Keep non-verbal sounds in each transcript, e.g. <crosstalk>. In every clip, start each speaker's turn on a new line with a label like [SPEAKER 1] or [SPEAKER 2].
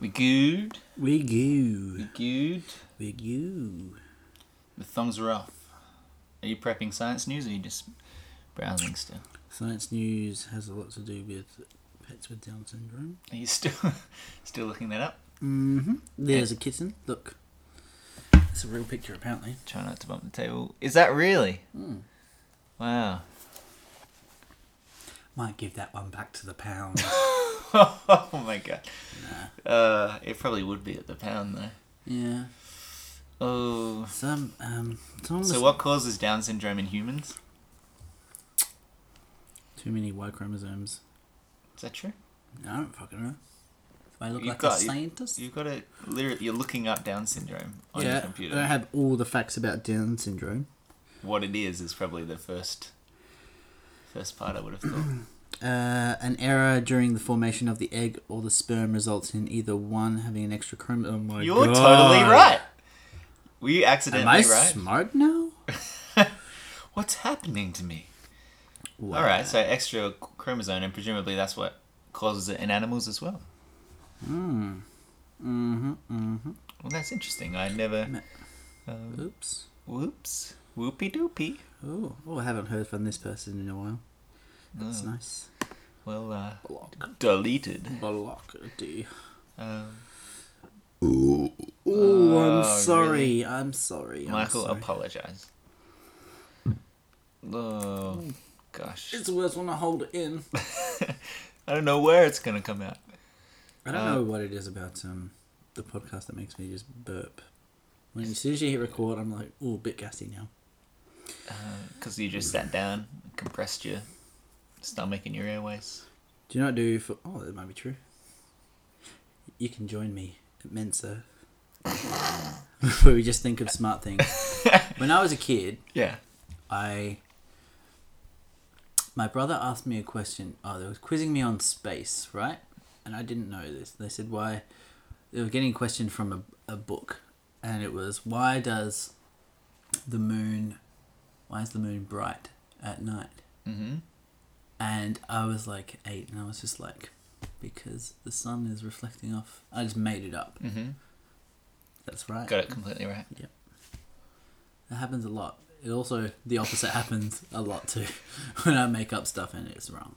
[SPEAKER 1] We good.
[SPEAKER 2] We go.
[SPEAKER 1] We good.
[SPEAKER 2] We go.
[SPEAKER 1] The thumbs are off. Are you prepping science news or are you just browsing still?
[SPEAKER 2] Science news has a lot to do with pets with Down syndrome.
[SPEAKER 1] Are you still <laughs> still looking that up?
[SPEAKER 2] Mm-hmm. There's a kitten. Look. It's a real picture, apparently.
[SPEAKER 1] Try not to bump the table. Is that really?
[SPEAKER 2] Mm.
[SPEAKER 1] Wow. <laughs>
[SPEAKER 2] Might give that one back to
[SPEAKER 1] <laughs>
[SPEAKER 2] the pound.
[SPEAKER 1] oh my god. Uh, it probably would be at the pound though.
[SPEAKER 2] yeah.
[SPEAKER 1] Oh.
[SPEAKER 2] Some um. Someone was
[SPEAKER 1] So what causes Down syndrome in humans?
[SPEAKER 2] Too many Y chromosomes.
[SPEAKER 1] Is that true?
[SPEAKER 2] I don't fucking know. Do I look
[SPEAKER 1] You've
[SPEAKER 2] like
[SPEAKER 1] got-
[SPEAKER 2] a scientist?
[SPEAKER 1] You've got to literally you're looking up Down syndrome on your
[SPEAKER 2] yeah.
[SPEAKER 1] computer.
[SPEAKER 2] I have all the facts about Down syndrome.
[SPEAKER 1] What it is is probably the first first part I would have thought.
[SPEAKER 2] Uh, an error during the formation of the egg or the sperm results in either one having an extra chromosome. Oh my
[SPEAKER 1] You're
[SPEAKER 2] God.
[SPEAKER 1] totally right. Were you
[SPEAKER 2] Am
[SPEAKER 1] accidentally
[SPEAKER 2] I
[SPEAKER 1] right?
[SPEAKER 2] smart now?
[SPEAKER 1] What's happening to me?
[SPEAKER 2] Wow.
[SPEAKER 1] All right, so extra chromosome, and presumably that's what causes it in animals as well.
[SPEAKER 2] Mm-hmm. Mm-hmm.
[SPEAKER 1] Well, that's interesting. I never.
[SPEAKER 2] Ma-
[SPEAKER 1] Um,
[SPEAKER 2] Oops.
[SPEAKER 1] whoops. Whoopie doopie.
[SPEAKER 2] Oh, oh, I haven't heard from this person in a while. That's
[SPEAKER 1] Oh,
[SPEAKER 2] nice.
[SPEAKER 1] well, uh,
[SPEAKER 2] Block.
[SPEAKER 1] deleted.
[SPEAKER 2] Block D.
[SPEAKER 1] Um,
[SPEAKER 2] Ooh,
[SPEAKER 1] Oh,
[SPEAKER 2] I'm sorry.
[SPEAKER 1] really?
[SPEAKER 2] I'm sorry. I'm
[SPEAKER 1] Michael,
[SPEAKER 2] sorry.
[SPEAKER 1] apologize. Oh gosh,
[SPEAKER 2] It's worse when I hold it in.
[SPEAKER 1] I don't know where it's gonna come out.
[SPEAKER 2] I don't
[SPEAKER 1] Uh,
[SPEAKER 2] know what it is about um the podcast that makes me just burp. When as soon as you hit record, I'm like, oh, a bit gassy now.
[SPEAKER 1] Because you just sat down, and compressed your stomach and your airways.
[SPEAKER 2] Do you not do for? Oh, that might be true. You can join me at Mensa, <laughs> where we just think of smart things. when I was a kid,
[SPEAKER 1] Yeah.
[SPEAKER 2] I my brother asked me a question. Oh, they were quizzing me on space, right? And I didn't know this. They said why they were getting a question from a, a book, and it was why does the moon why is the moon bright at night?
[SPEAKER 1] Mm-hmm.
[SPEAKER 2] And I was like eight, and I was just like because the sun is reflecting off. I just made it up.
[SPEAKER 1] Mm-hmm.
[SPEAKER 2] That's right.
[SPEAKER 1] Got it completely right.
[SPEAKER 2] That happens a lot. It also the opposite <laughs> happens a lot too <laughs> when I make up stuff and it's wrong.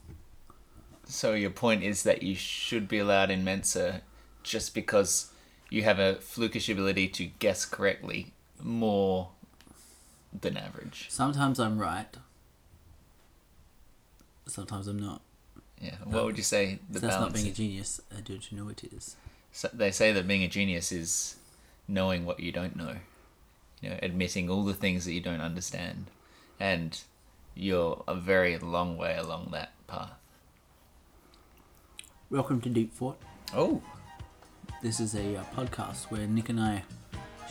[SPEAKER 1] So your point is that you should be allowed in Mensa just because you have a flukish ability to guess correctly more than average.
[SPEAKER 2] Sometimes I'm right. Sometimes I'm not.
[SPEAKER 1] Yeah. What would you say the
[SPEAKER 2] That's not
[SPEAKER 1] balance?
[SPEAKER 2] being a
[SPEAKER 1] Is?
[SPEAKER 2] genius. I do to know it is.
[SPEAKER 1] So they say that being a genius is knowing what you don't know. You know, admitting all the things that you don't understand, and you're a very long way along that path.
[SPEAKER 2] Welcome to Deep Fort.
[SPEAKER 1] Oh.
[SPEAKER 2] This is a uh, podcast where Nick and I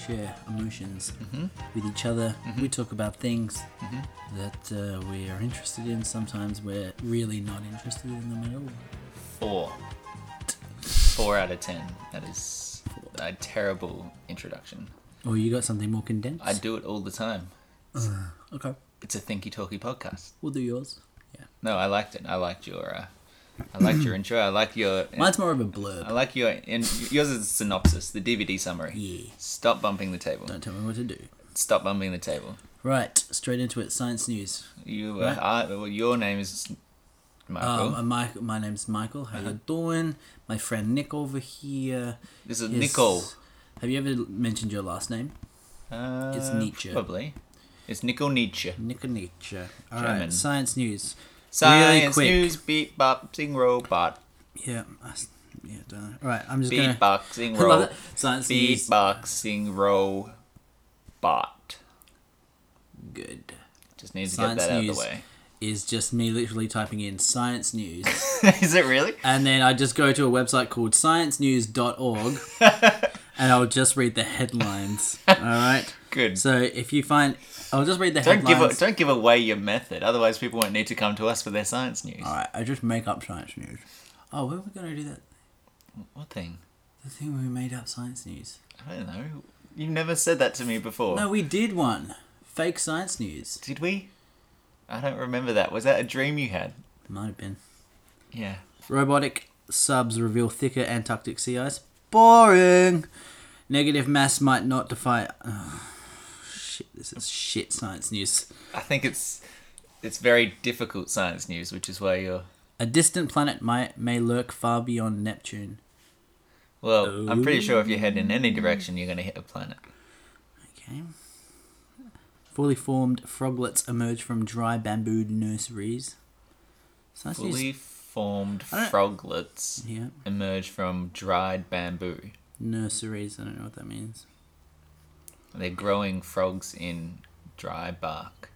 [SPEAKER 2] share emotions
[SPEAKER 1] Mm-hmm.
[SPEAKER 2] with each other. We talk about things that uh, we are interested in. Sometimes we're really not interested in them at all.
[SPEAKER 1] Four. Four out of ten. That is a terrible introduction.
[SPEAKER 2] Or you got something more condensed?
[SPEAKER 1] I do it all the time.
[SPEAKER 2] okay.
[SPEAKER 1] It's a thinky talky podcast.
[SPEAKER 2] We'll do yours. Yeah.
[SPEAKER 1] No, I liked it. I liked your, uh, I liked
[SPEAKER 2] <clears throat>
[SPEAKER 1] your intro. I like your,
[SPEAKER 2] Mine's more of a
[SPEAKER 1] I
[SPEAKER 2] blurb.
[SPEAKER 1] like your, and yours is a synopsis, the DVD summary.
[SPEAKER 2] Yeah.
[SPEAKER 1] Stop bumping the table.
[SPEAKER 2] Don't tell me what to do.
[SPEAKER 1] Stop bumping the table.
[SPEAKER 2] Right. Straight into it. Science news.
[SPEAKER 1] You, uh,
[SPEAKER 2] Right.
[SPEAKER 1] I, well, your name is Michael.
[SPEAKER 2] Um, uh, Mike, my name's Michael. How you doing? My friend Nick over here.
[SPEAKER 1] this is
[SPEAKER 2] His-
[SPEAKER 1] Uh, Nicole.
[SPEAKER 2] Have you ever mentioned your last name?
[SPEAKER 1] Uh,
[SPEAKER 2] it's Nietzsche.
[SPEAKER 1] Probably. It's Nicole Nietzsche.
[SPEAKER 2] Nick Nietzsche. All right.
[SPEAKER 1] German.
[SPEAKER 2] Science news.
[SPEAKER 1] Science
[SPEAKER 2] quick.
[SPEAKER 1] news beatboxing robot.
[SPEAKER 2] Yeah. I s yeah. Done. All right. I'm just gonna.
[SPEAKER 1] Beatboxing
[SPEAKER 2] I love
[SPEAKER 1] robot.
[SPEAKER 2] it. Science news.
[SPEAKER 1] Beatboxing robot.
[SPEAKER 2] Good.
[SPEAKER 1] Just needs to
[SPEAKER 2] Science
[SPEAKER 1] get that
[SPEAKER 2] news
[SPEAKER 1] out of
[SPEAKER 2] is just me literally typing in science news,
[SPEAKER 1] the way. <laughs> is it really?
[SPEAKER 2] and then I just go to a website
[SPEAKER 1] <laughs>
[SPEAKER 2] called sciencenews.org, and I'll just read the headlines. All right.
[SPEAKER 1] Good.
[SPEAKER 2] So if you find, I'll just read the
[SPEAKER 1] don't
[SPEAKER 2] headlines.
[SPEAKER 1] give a, don't give away your method, otherwise people won't need to come to us for their science news.
[SPEAKER 2] All right, I just make up science news. Oh, when are we going to do that?
[SPEAKER 1] What thing?
[SPEAKER 2] The thing where we made up science news.
[SPEAKER 1] I don't know. You've never said that to me before.
[SPEAKER 2] No, we did one. Fake science news.
[SPEAKER 1] Did we? I don't remember that. Was that a dream you had?
[SPEAKER 2] Might have been.
[SPEAKER 1] Yeah.
[SPEAKER 2] Robotic subs reveal thicker Antarctic sea ice. Boring. Negative mass might not defy. <sighs> Ugh, shit, this is shit science news.
[SPEAKER 1] I think it's it's very difficult science news, which is why you're.
[SPEAKER 2] A distant planet might may lurk far beyond Neptune.
[SPEAKER 1] Well, I'm pretty sure if you head in any direction, you're going to hit a planet.
[SPEAKER 2] Okay. Fully formed froglets emerge from dry bamboo nurseries. So that's
[SPEAKER 1] Fully
[SPEAKER 2] just
[SPEAKER 1] formed
[SPEAKER 2] I don't-
[SPEAKER 1] froglets
[SPEAKER 2] yeah
[SPEAKER 1] emerge from dried bamboo.
[SPEAKER 2] nurseries. I don't know what that means.
[SPEAKER 1] They're growing frogs in dry bark.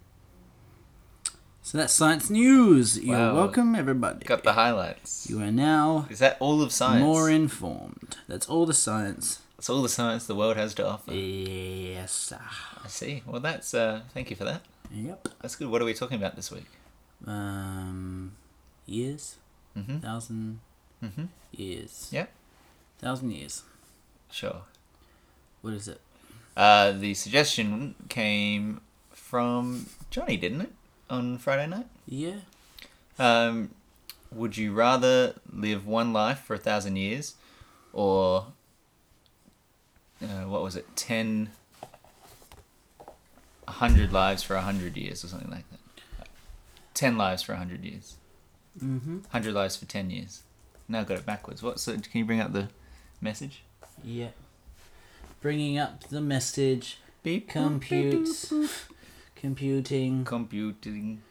[SPEAKER 2] So that's science news. You're
[SPEAKER 1] Wow.
[SPEAKER 2] welcome, everybody.
[SPEAKER 1] Got the highlights.
[SPEAKER 2] You are now
[SPEAKER 1] Is that all of science?
[SPEAKER 2] more informed. That's all the science.
[SPEAKER 1] That's all the science the world has to offer.
[SPEAKER 2] Yes. sir.
[SPEAKER 1] I see. Well, that's. Uh, thank you for that.
[SPEAKER 2] Yep.
[SPEAKER 1] That's good. What are we talking about this week?
[SPEAKER 2] Um, years.
[SPEAKER 1] Mhm.
[SPEAKER 2] 1000
[SPEAKER 1] Mhm.
[SPEAKER 2] years.
[SPEAKER 1] Yep.
[SPEAKER 2] Thousand years.
[SPEAKER 1] Sure.
[SPEAKER 2] What is it?
[SPEAKER 1] Uh, the suggestion came from Johnny, didn't it? On Friday night.
[SPEAKER 2] Yeah.
[SPEAKER 1] Um, would you rather live one life for a thousand years, or uh, what was it, ten, a hundred lives for a hundred years, or something like that? Ten lives for a hundred years.
[SPEAKER 2] Mm-hmm.
[SPEAKER 1] Hundred lives for ten years. Now I've got it backwards. What's the, Can you bring up the message?
[SPEAKER 2] Yeah. Bringing up the message.
[SPEAKER 1] Beep.
[SPEAKER 2] Compute. Computing.
[SPEAKER 1] Computing.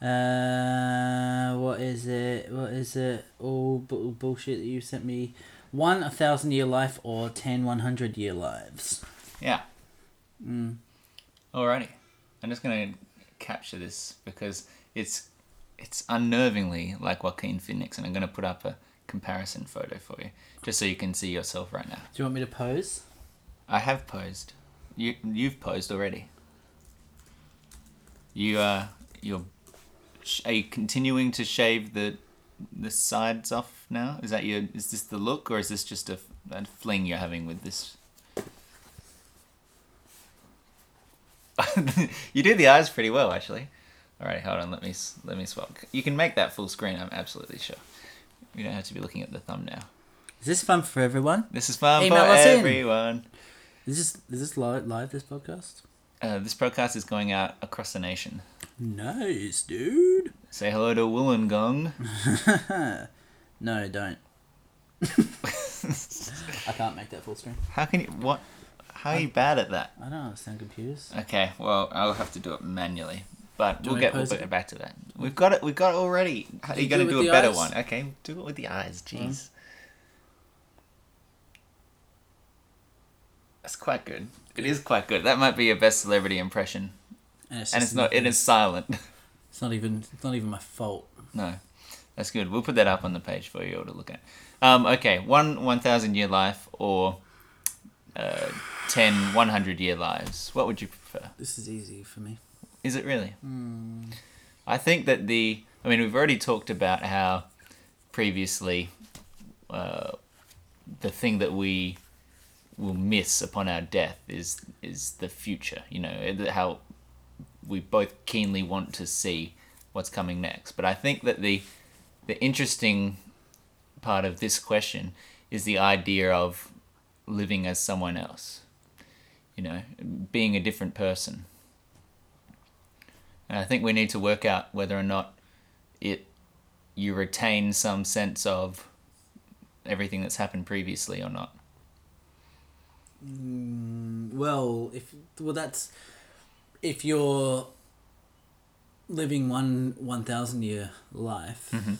[SPEAKER 2] Uh, what is it? What is it? All bu- bullshit that you sent me. One a thousand year life or ten one hundred year lives.
[SPEAKER 1] Yeah. Alrighty. I'm just gonna capture this because it's it's unnervingly like Joaquin Phoenix, and I'm gonna put up a comparison photo for you, just so you can see yourself right now.
[SPEAKER 2] Do you want me to pose?
[SPEAKER 1] I have posed. You you've posed already. You uh you're sh- are you continuing to shave the the sides off now? Is that your is this the look or is this just a, a fling you're having with this? <laughs> you do the eyes pretty well actually. All right, hold on. Let me s- let me swap. You can make that full screen. I'm absolutely sure. You don't have to be looking at the thumbnail.
[SPEAKER 2] Is this fun for everyone?
[SPEAKER 1] This is fun
[SPEAKER 2] Email
[SPEAKER 1] for
[SPEAKER 2] us in.
[SPEAKER 1] everyone.
[SPEAKER 2] Is this is this live live this podcast?
[SPEAKER 1] Uh, this podcast is going out across the nation.
[SPEAKER 2] Nice, dude.
[SPEAKER 1] Say hello to Wollongong. <laughs>
[SPEAKER 2] No, don't. I can't make that full screen.
[SPEAKER 1] How can you what? How are you bad at that?
[SPEAKER 2] I don't understand computers.
[SPEAKER 1] Okay, well I'll have to do it manually, but
[SPEAKER 2] Do
[SPEAKER 1] we'll
[SPEAKER 2] I
[SPEAKER 1] get we'll
[SPEAKER 2] pose it?
[SPEAKER 1] get back to that. We've got it. We've got it already. How, are you
[SPEAKER 2] You
[SPEAKER 1] going
[SPEAKER 2] do
[SPEAKER 1] to
[SPEAKER 2] it
[SPEAKER 1] do
[SPEAKER 2] with
[SPEAKER 1] a
[SPEAKER 2] the
[SPEAKER 1] better
[SPEAKER 2] eyes? Mm.
[SPEAKER 1] one? Okay, do it with the eyes. Jeez, that's quite good. It is quite good. That might be your best celebrity impression, and
[SPEAKER 2] just
[SPEAKER 1] it's not. It
[SPEAKER 2] nothing.
[SPEAKER 1] is silent.
[SPEAKER 2] It's not even. It's not even my fault.
[SPEAKER 1] No, that's good. We'll put that up on the page for you all to look at. Um, okay, one one thousand year life or uh, ten one hundred year lives. What would you prefer?
[SPEAKER 2] This is easy for me.
[SPEAKER 1] Is it really? I think that the. I mean, we've already talked about how previously uh, the thing that we will miss upon our death is is the future. You know it- how we both keenly want to see what's coming next. But I think that the the interesting part of this question is the idea of living as someone else. You know, being a different person. And I think we need to work out whether or not it you retain some sense of everything that's happened previously or not.
[SPEAKER 2] Well, if well, that's if you're living one one thousand year life,
[SPEAKER 1] Mm-hmm.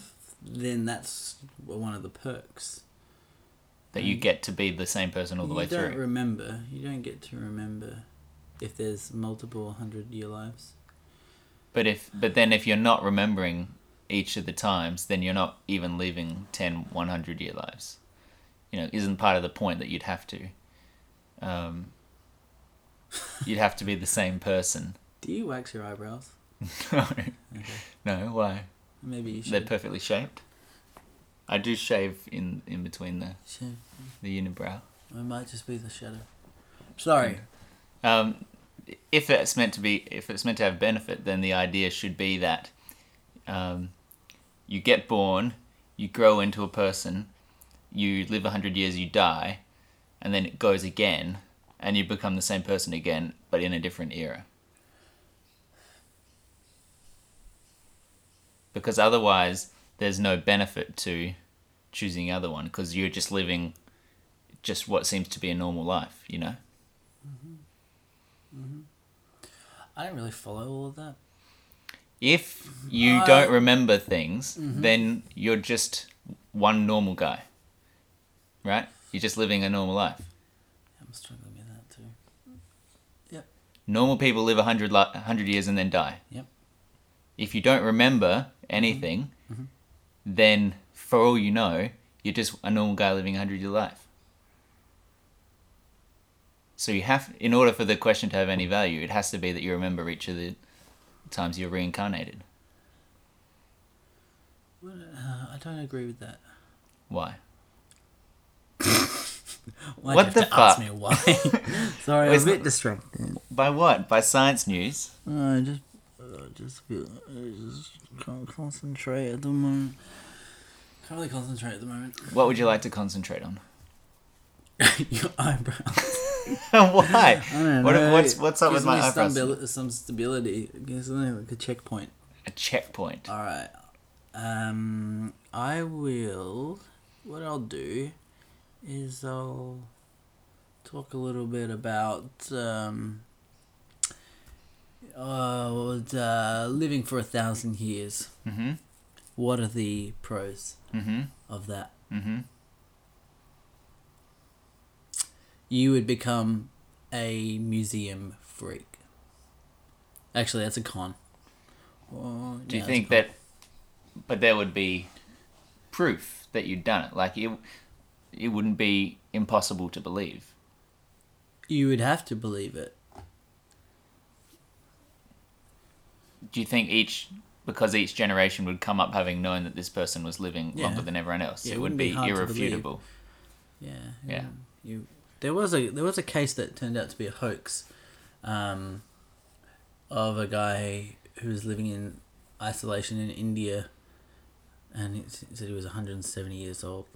[SPEAKER 2] then that's one of the perks.
[SPEAKER 1] That you get to be the same person all the
[SPEAKER 2] Mm. you
[SPEAKER 1] way
[SPEAKER 2] don't
[SPEAKER 1] through.
[SPEAKER 2] remember. You don't get to remember if there's multiple hundred year lives.
[SPEAKER 1] but if but then if you're not remembering each of the times, then you're not even living 10 100 year lives. You know, isn't part of the point that you'd have to
[SPEAKER 2] <laughs>
[SPEAKER 1] um you'd have to be the same person. <laughs>
[SPEAKER 2] Do you wax your eyebrows?
[SPEAKER 1] no. No, why?
[SPEAKER 2] Maybe you
[SPEAKER 1] They're
[SPEAKER 2] should.
[SPEAKER 1] perfectly shaped. I do shave in in between the
[SPEAKER 2] should.
[SPEAKER 1] the unibrow.
[SPEAKER 2] It might just be the shadow. Sorry.
[SPEAKER 1] Um, if it's meant to be, if it's meant to have benefit, then the idea should be that um, you get born, you grow into a person, you live 100 years, you die, and then it goes again, and you become the same person again, but in a different era. Because otherwise, there's no benefit to choosing the other one, because you're just living just what seems to be a normal life, you know?
[SPEAKER 2] I don't really follow all of that.
[SPEAKER 1] If you
[SPEAKER 2] Uh,
[SPEAKER 1] don't remember things, then you're just one normal guy, right? You're just living a normal life.
[SPEAKER 2] I'm struggling with that too.
[SPEAKER 1] Normal people live 100, li- 100 years and then die.
[SPEAKER 2] Yep.
[SPEAKER 1] If you don't remember anything, then for all you know, you're just a normal guy living a 100 year life. So you have, in order for the question to have any value, it has to be that you remember each of the times you're reincarnated.
[SPEAKER 2] Well, uh, I don't agree with that.
[SPEAKER 1] Why? What
[SPEAKER 2] Why'd you have
[SPEAKER 1] the
[SPEAKER 2] to ask
[SPEAKER 1] fuck?
[SPEAKER 2] me why? <laughs> Sorry, I
[SPEAKER 1] Well,
[SPEAKER 2] was a
[SPEAKER 1] it's
[SPEAKER 2] bit
[SPEAKER 1] not-
[SPEAKER 2] distracted.
[SPEAKER 1] By what? By science news.
[SPEAKER 2] I just, I just, feel, I just can't concentrate at the moment. Can't really concentrate at the moment. <laughs>
[SPEAKER 1] What would you like to concentrate on? <laughs>
[SPEAKER 2] Your eyebrow.
[SPEAKER 1] Why?
[SPEAKER 2] I don't
[SPEAKER 1] What-
[SPEAKER 2] know.
[SPEAKER 1] what's what's up with
[SPEAKER 2] Gives
[SPEAKER 1] my
[SPEAKER 2] me
[SPEAKER 1] eyebrows?
[SPEAKER 2] stabil- some stability. Gives me like a checkpoint.
[SPEAKER 1] A checkpoint.
[SPEAKER 2] All right. Um, I will. What I'll do is I'll talk a little bit about um. Uh, what was, uh, living for a thousand years.
[SPEAKER 1] Mm-hmm.
[SPEAKER 2] What are the pros
[SPEAKER 1] Mm-hmm.
[SPEAKER 2] of that?
[SPEAKER 1] Mm-hmm.
[SPEAKER 2] You would become a museum freak. Actually, that's a con. Oh,
[SPEAKER 1] Do you
[SPEAKER 2] yeah, that's a
[SPEAKER 1] think
[SPEAKER 2] con.
[SPEAKER 1] that? But there would be proof that you'd done it. Like it, it wouldn't be impossible to believe.
[SPEAKER 2] you would have to believe it?
[SPEAKER 1] Do you think each? Because each generation would come up having known that this person was living
[SPEAKER 2] Yeah.
[SPEAKER 1] longer than everyone else.
[SPEAKER 2] Yeah,
[SPEAKER 1] it would be,
[SPEAKER 2] hard to believe.
[SPEAKER 1] irrefutable.
[SPEAKER 2] Yeah. Um,
[SPEAKER 1] Yeah.
[SPEAKER 2] You. There was a there was a case that turned out to be a hoax, um, of a guy who was living in isolation in India, and it s- it said he was 170 years old,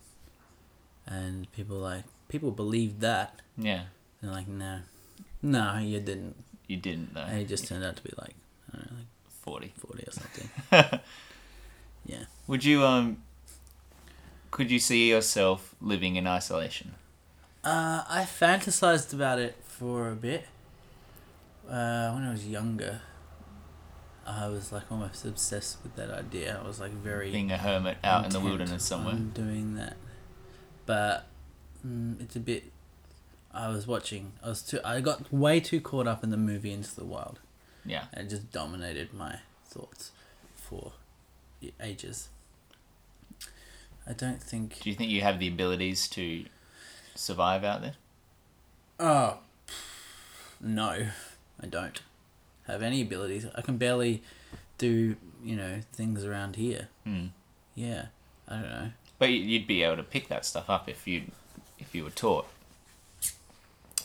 [SPEAKER 2] and people like people believed that.
[SPEAKER 1] Yeah,
[SPEAKER 2] And they're like, no, no, you didn't.
[SPEAKER 1] you didn't though.
[SPEAKER 2] And he just turned out to be like, I don't know, like
[SPEAKER 1] forty.
[SPEAKER 2] 40 or something. yeah.
[SPEAKER 1] Would you um? Could you see yourself living in isolation?
[SPEAKER 2] Uh, I fantasized about it for a bit. Uh, when I was younger, I was like almost obsessed with that idea. I was like very
[SPEAKER 1] Being a hermit out in the
[SPEAKER 2] intent
[SPEAKER 1] wilderness somewhere.
[SPEAKER 2] on doing that, but mm, it's a bit. I was watching. I was too. I got way too caught up in the movie Into the Wild,
[SPEAKER 1] Yeah.
[SPEAKER 2] and it just dominated my thoughts for ages. I don't think.
[SPEAKER 1] Do you think you have the abilities to survive out there?
[SPEAKER 2] Oh, no, I don't have any abilities. I can barely do, you know, things around here.
[SPEAKER 1] Hmm.
[SPEAKER 2] Yeah, I don't know.
[SPEAKER 1] But you- you'd be able to pick that stuff up if you if you were taught.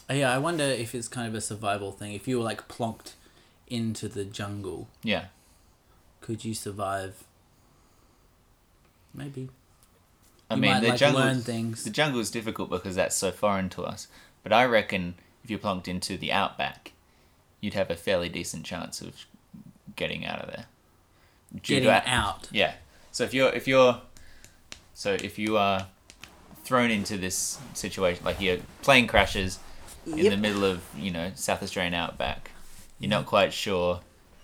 [SPEAKER 2] Uh, Yeah, I wonder if it's kind of a survival thing. If you were like plonked into the jungle,
[SPEAKER 1] Yeah.
[SPEAKER 2] could you survive? Maybe.
[SPEAKER 1] I
[SPEAKER 2] You
[SPEAKER 1] mean,
[SPEAKER 2] might,
[SPEAKER 1] the
[SPEAKER 2] like,
[SPEAKER 1] jungle
[SPEAKER 2] learn things.
[SPEAKER 1] the jungle is difficult because that's so foreign to us. But I reckon if you plunked into the outback, you'd have a fairly decent chance of getting out of there. Due to
[SPEAKER 2] Getting
[SPEAKER 1] a-
[SPEAKER 2] out.
[SPEAKER 1] Yeah. So if you're if you're so if you are thrown into this situation like your plane crashes in the
[SPEAKER 2] Yep.
[SPEAKER 1] middle of, you know, South Australian outback, you're not quite sure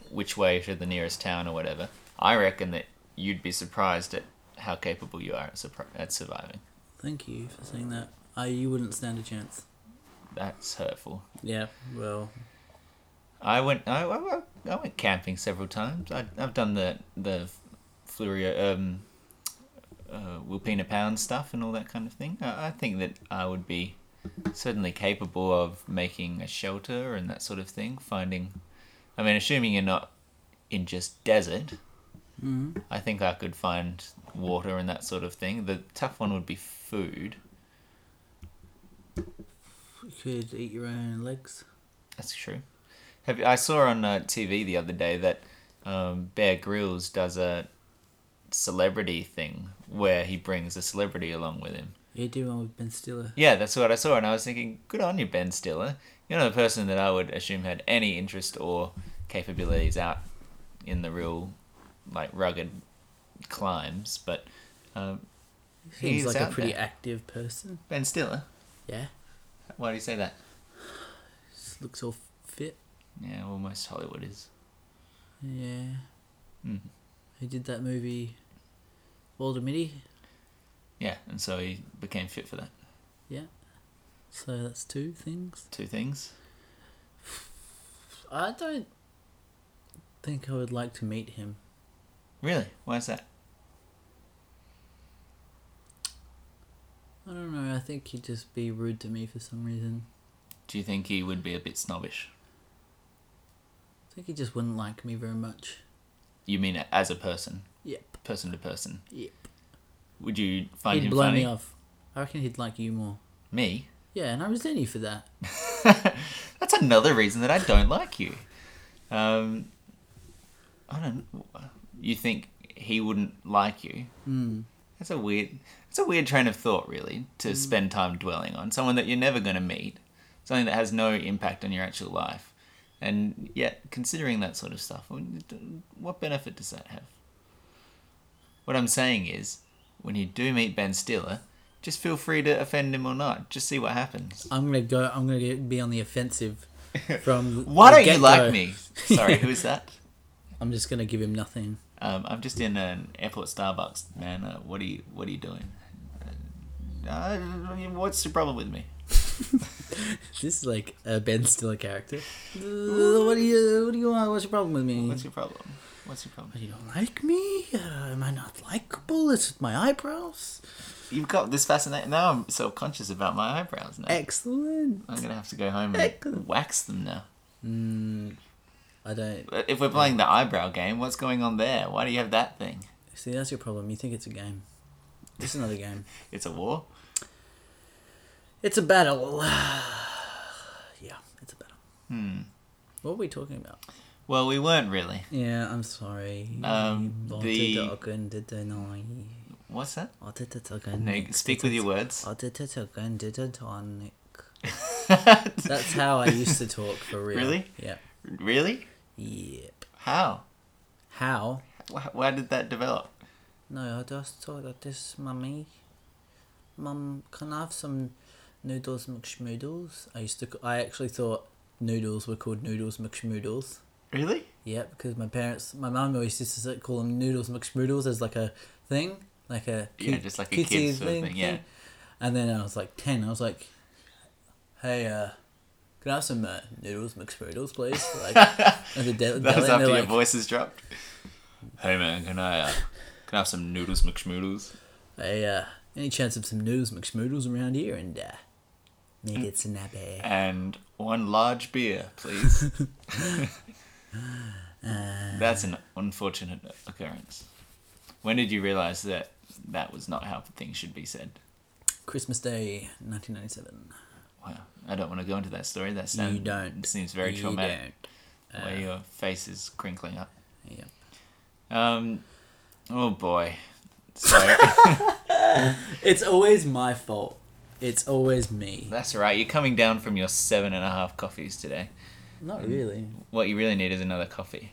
[SPEAKER 1] which way to the nearest town or whatever. I reckon that you'd be surprised at how capable you are at, surpri- at surviving.
[SPEAKER 2] Thank you for saying that. I you wouldn't stand a chance.
[SPEAKER 1] That's hurtful.
[SPEAKER 2] Yeah. Well.
[SPEAKER 1] I went I, I, I went camping several times. I, I've done the the Flurio um, uh, Wilpena Pound stuff and all that kind of thing. I, I think that I would be certainly capable of making a shelter and that sort of thing. Finding, I mean, assuming you're not in just desert,
[SPEAKER 2] hmm
[SPEAKER 1] I think I could find water and that sort of thing. The tough one would be food.
[SPEAKER 2] You could eat your own legs.
[SPEAKER 1] That's true. Have you- I saw on uh, TV the other day that um, Bear Grylls does a celebrity thing where he brings a celebrity along with him,
[SPEAKER 2] You do one with Ben Stiller.
[SPEAKER 1] Yeah, that's what I saw, and I was thinking, good on you, Ben Stiller. You're not a person that I would assume had any interest or capabilities out in the real, like rugged climbs, but um,
[SPEAKER 2] Seems
[SPEAKER 1] he's
[SPEAKER 2] like a
[SPEAKER 1] out
[SPEAKER 2] pretty
[SPEAKER 1] there.
[SPEAKER 2] active person.
[SPEAKER 1] Ben Stiller.
[SPEAKER 2] Yeah,
[SPEAKER 1] Why do you say that?
[SPEAKER 2] just looks all fit.
[SPEAKER 1] Yeah, well, most Hollywood is.
[SPEAKER 2] Yeah.
[SPEAKER 1] Mhm.
[SPEAKER 2] Who did that movie? Walter Mitty.
[SPEAKER 1] Yeah, and so he became fit for that.
[SPEAKER 2] So that's two things.
[SPEAKER 1] Two things.
[SPEAKER 2] I don't think I would like to meet him.
[SPEAKER 1] Really? Why is that?
[SPEAKER 2] I don't know. I think he'd just be rude to me for some reason.
[SPEAKER 1] Do you think he would be a bit snobbish?
[SPEAKER 2] I think he just wouldn't like me very much.
[SPEAKER 1] You mean as a person,
[SPEAKER 2] Yep.
[SPEAKER 1] person to person?
[SPEAKER 2] Yep.
[SPEAKER 1] Would you find
[SPEAKER 2] he'd
[SPEAKER 1] him
[SPEAKER 2] blow
[SPEAKER 1] funny?
[SPEAKER 2] me off. I reckon he'd like you more.
[SPEAKER 1] me?
[SPEAKER 2] Yeah, and I resent you for that.
[SPEAKER 1] That's another reason that I don't like you. Um, I don't. You think he wouldn't like you?
[SPEAKER 2] Mm.
[SPEAKER 1] That's a weird. That's a weird train of thought, really, to spend time dwelling on someone that you're never going to meet, something that has no impact on your actual life, and yet considering that sort of stuff, I mean, what benefit does that have? What I'm saying is, when you do meet Ben Stiller, just feel free to offend him or not. Just see what happens.
[SPEAKER 2] I'm gonna go. I'm gonna get, be on the <laughs> offensive. From
[SPEAKER 1] Why
[SPEAKER 2] the
[SPEAKER 1] don't you
[SPEAKER 2] get-go.
[SPEAKER 1] like
[SPEAKER 2] <laughs>
[SPEAKER 1] me? Sorry, who's that?
[SPEAKER 2] I'm just gonna give him nothing.
[SPEAKER 1] Um, I'm just in an airport Starbucks, man. Uh, what are you What are you doing? Uh, what's the problem with me?
[SPEAKER 2] This is like a Ben
[SPEAKER 1] <laughs>
[SPEAKER 2] Stiller character. Uh, what do you? What do you want? What's your problem with me?
[SPEAKER 1] What's your problem? What's your problem?
[SPEAKER 2] you don't like me? Uh, am I not likable? It's with my eyebrows.
[SPEAKER 1] You've got this fascinating. Now I'm self conscious about my eyebrows. Now
[SPEAKER 2] Excellent.
[SPEAKER 1] I'm gonna have to go home
[SPEAKER 2] Excellent.
[SPEAKER 1] and wax them now.
[SPEAKER 2] I don't
[SPEAKER 1] But If we're playing the eyebrow game, what's going on there? Why do you have that thing?
[SPEAKER 2] see. That's your problem. You think it's a game. It's another game.
[SPEAKER 1] It's a war.
[SPEAKER 2] It's a battle. <sighs> yeah, it's a battle. Hmm. What were we talking about?
[SPEAKER 1] Well, we weren't really.
[SPEAKER 2] Yeah, I'm sorry.
[SPEAKER 1] Um,
[SPEAKER 2] Wanted
[SPEAKER 1] the-
[SPEAKER 2] to open the deny.
[SPEAKER 1] What's that?
[SPEAKER 2] Wanted to open
[SPEAKER 1] No,
[SPEAKER 2] the
[SPEAKER 1] speak with your words.
[SPEAKER 2] wanted to open the tonic. That's how I used to talk for real.
[SPEAKER 1] Really?
[SPEAKER 2] Yeah.
[SPEAKER 1] <laughs> Really?
[SPEAKER 2] Yep.
[SPEAKER 1] How?
[SPEAKER 2] How?
[SPEAKER 1] Wh- Why did that develop?
[SPEAKER 2] No, I just thought that this, mummy. Mum, can I have some noodles McSchmoodles? I used to. c- I actually thought noodles were called noodles McSchmoodles.
[SPEAKER 1] Really?
[SPEAKER 2] Yeah, because my parents, my mum always used to say- call them noodles McSchmoodles as like a thing, like a
[SPEAKER 1] Yeah,
[SPEAKER 2] cute-
[SPEAKER 1] just like a
[SPEAKER 2] cutesy
[SPEAKER 1] kid's sort of thing, yeah.
[SPEAKER 2] And then I was like ten. I was like, "Hey, uh, can I have some uh, noodles McSchmoodles, please?"
[SPEAKER 1] <laughs>
[SPEAKER 2] Like, at the del-
[SPEAKER 1] That was
[SPEAKER 2] deli, and
[SPEAKER 1] after
[SPEAKER 2] they're
[SPEAKER 1] your
[SPEAKER 2] like,
[SPEAKER 1] voice is dropped. Hey man, can I uh, can I have some noodles McSchmoodles?
[SPEAKER 2] Hey, uh, any chance of some noodles McSchmoodles around here and uh, make it snappy?
[SPEAKER 1] And one large beer, <laughs> please.
[SPEAKER 2] Uh,
[SPEAKER 1] That's an unfortunate occurrence. When did you realise that that was not how things should be said?
[SPEAKER 2] Christmas Day, 1997.
[SPEAKER 1] Wow, I don't want to go into that story. That
[SPEAKER 2] You
[SPEAKER 1] sounds,
[SPEAKER 2] don't.
[SPEAKER 1] seems very
[SPEAKER 2] You
[SPEAKER 1] traumatic.
[SPEAKER 2] don't. Uh,
[SPEAKER 1] Where your face is crinkling up.
[SPEAKER 2] don't. Yep.
[SPEAKER 1] Um, oh boy. So <laughs>
[SPEAKER 2] It's always my fault. It's always me.
[SPEAKER 1] that's right. You're coming down from your seven and a half coffees today.
[SPEAKER 2] Not really.
[SPEAKER 1] What you really need is another coffee.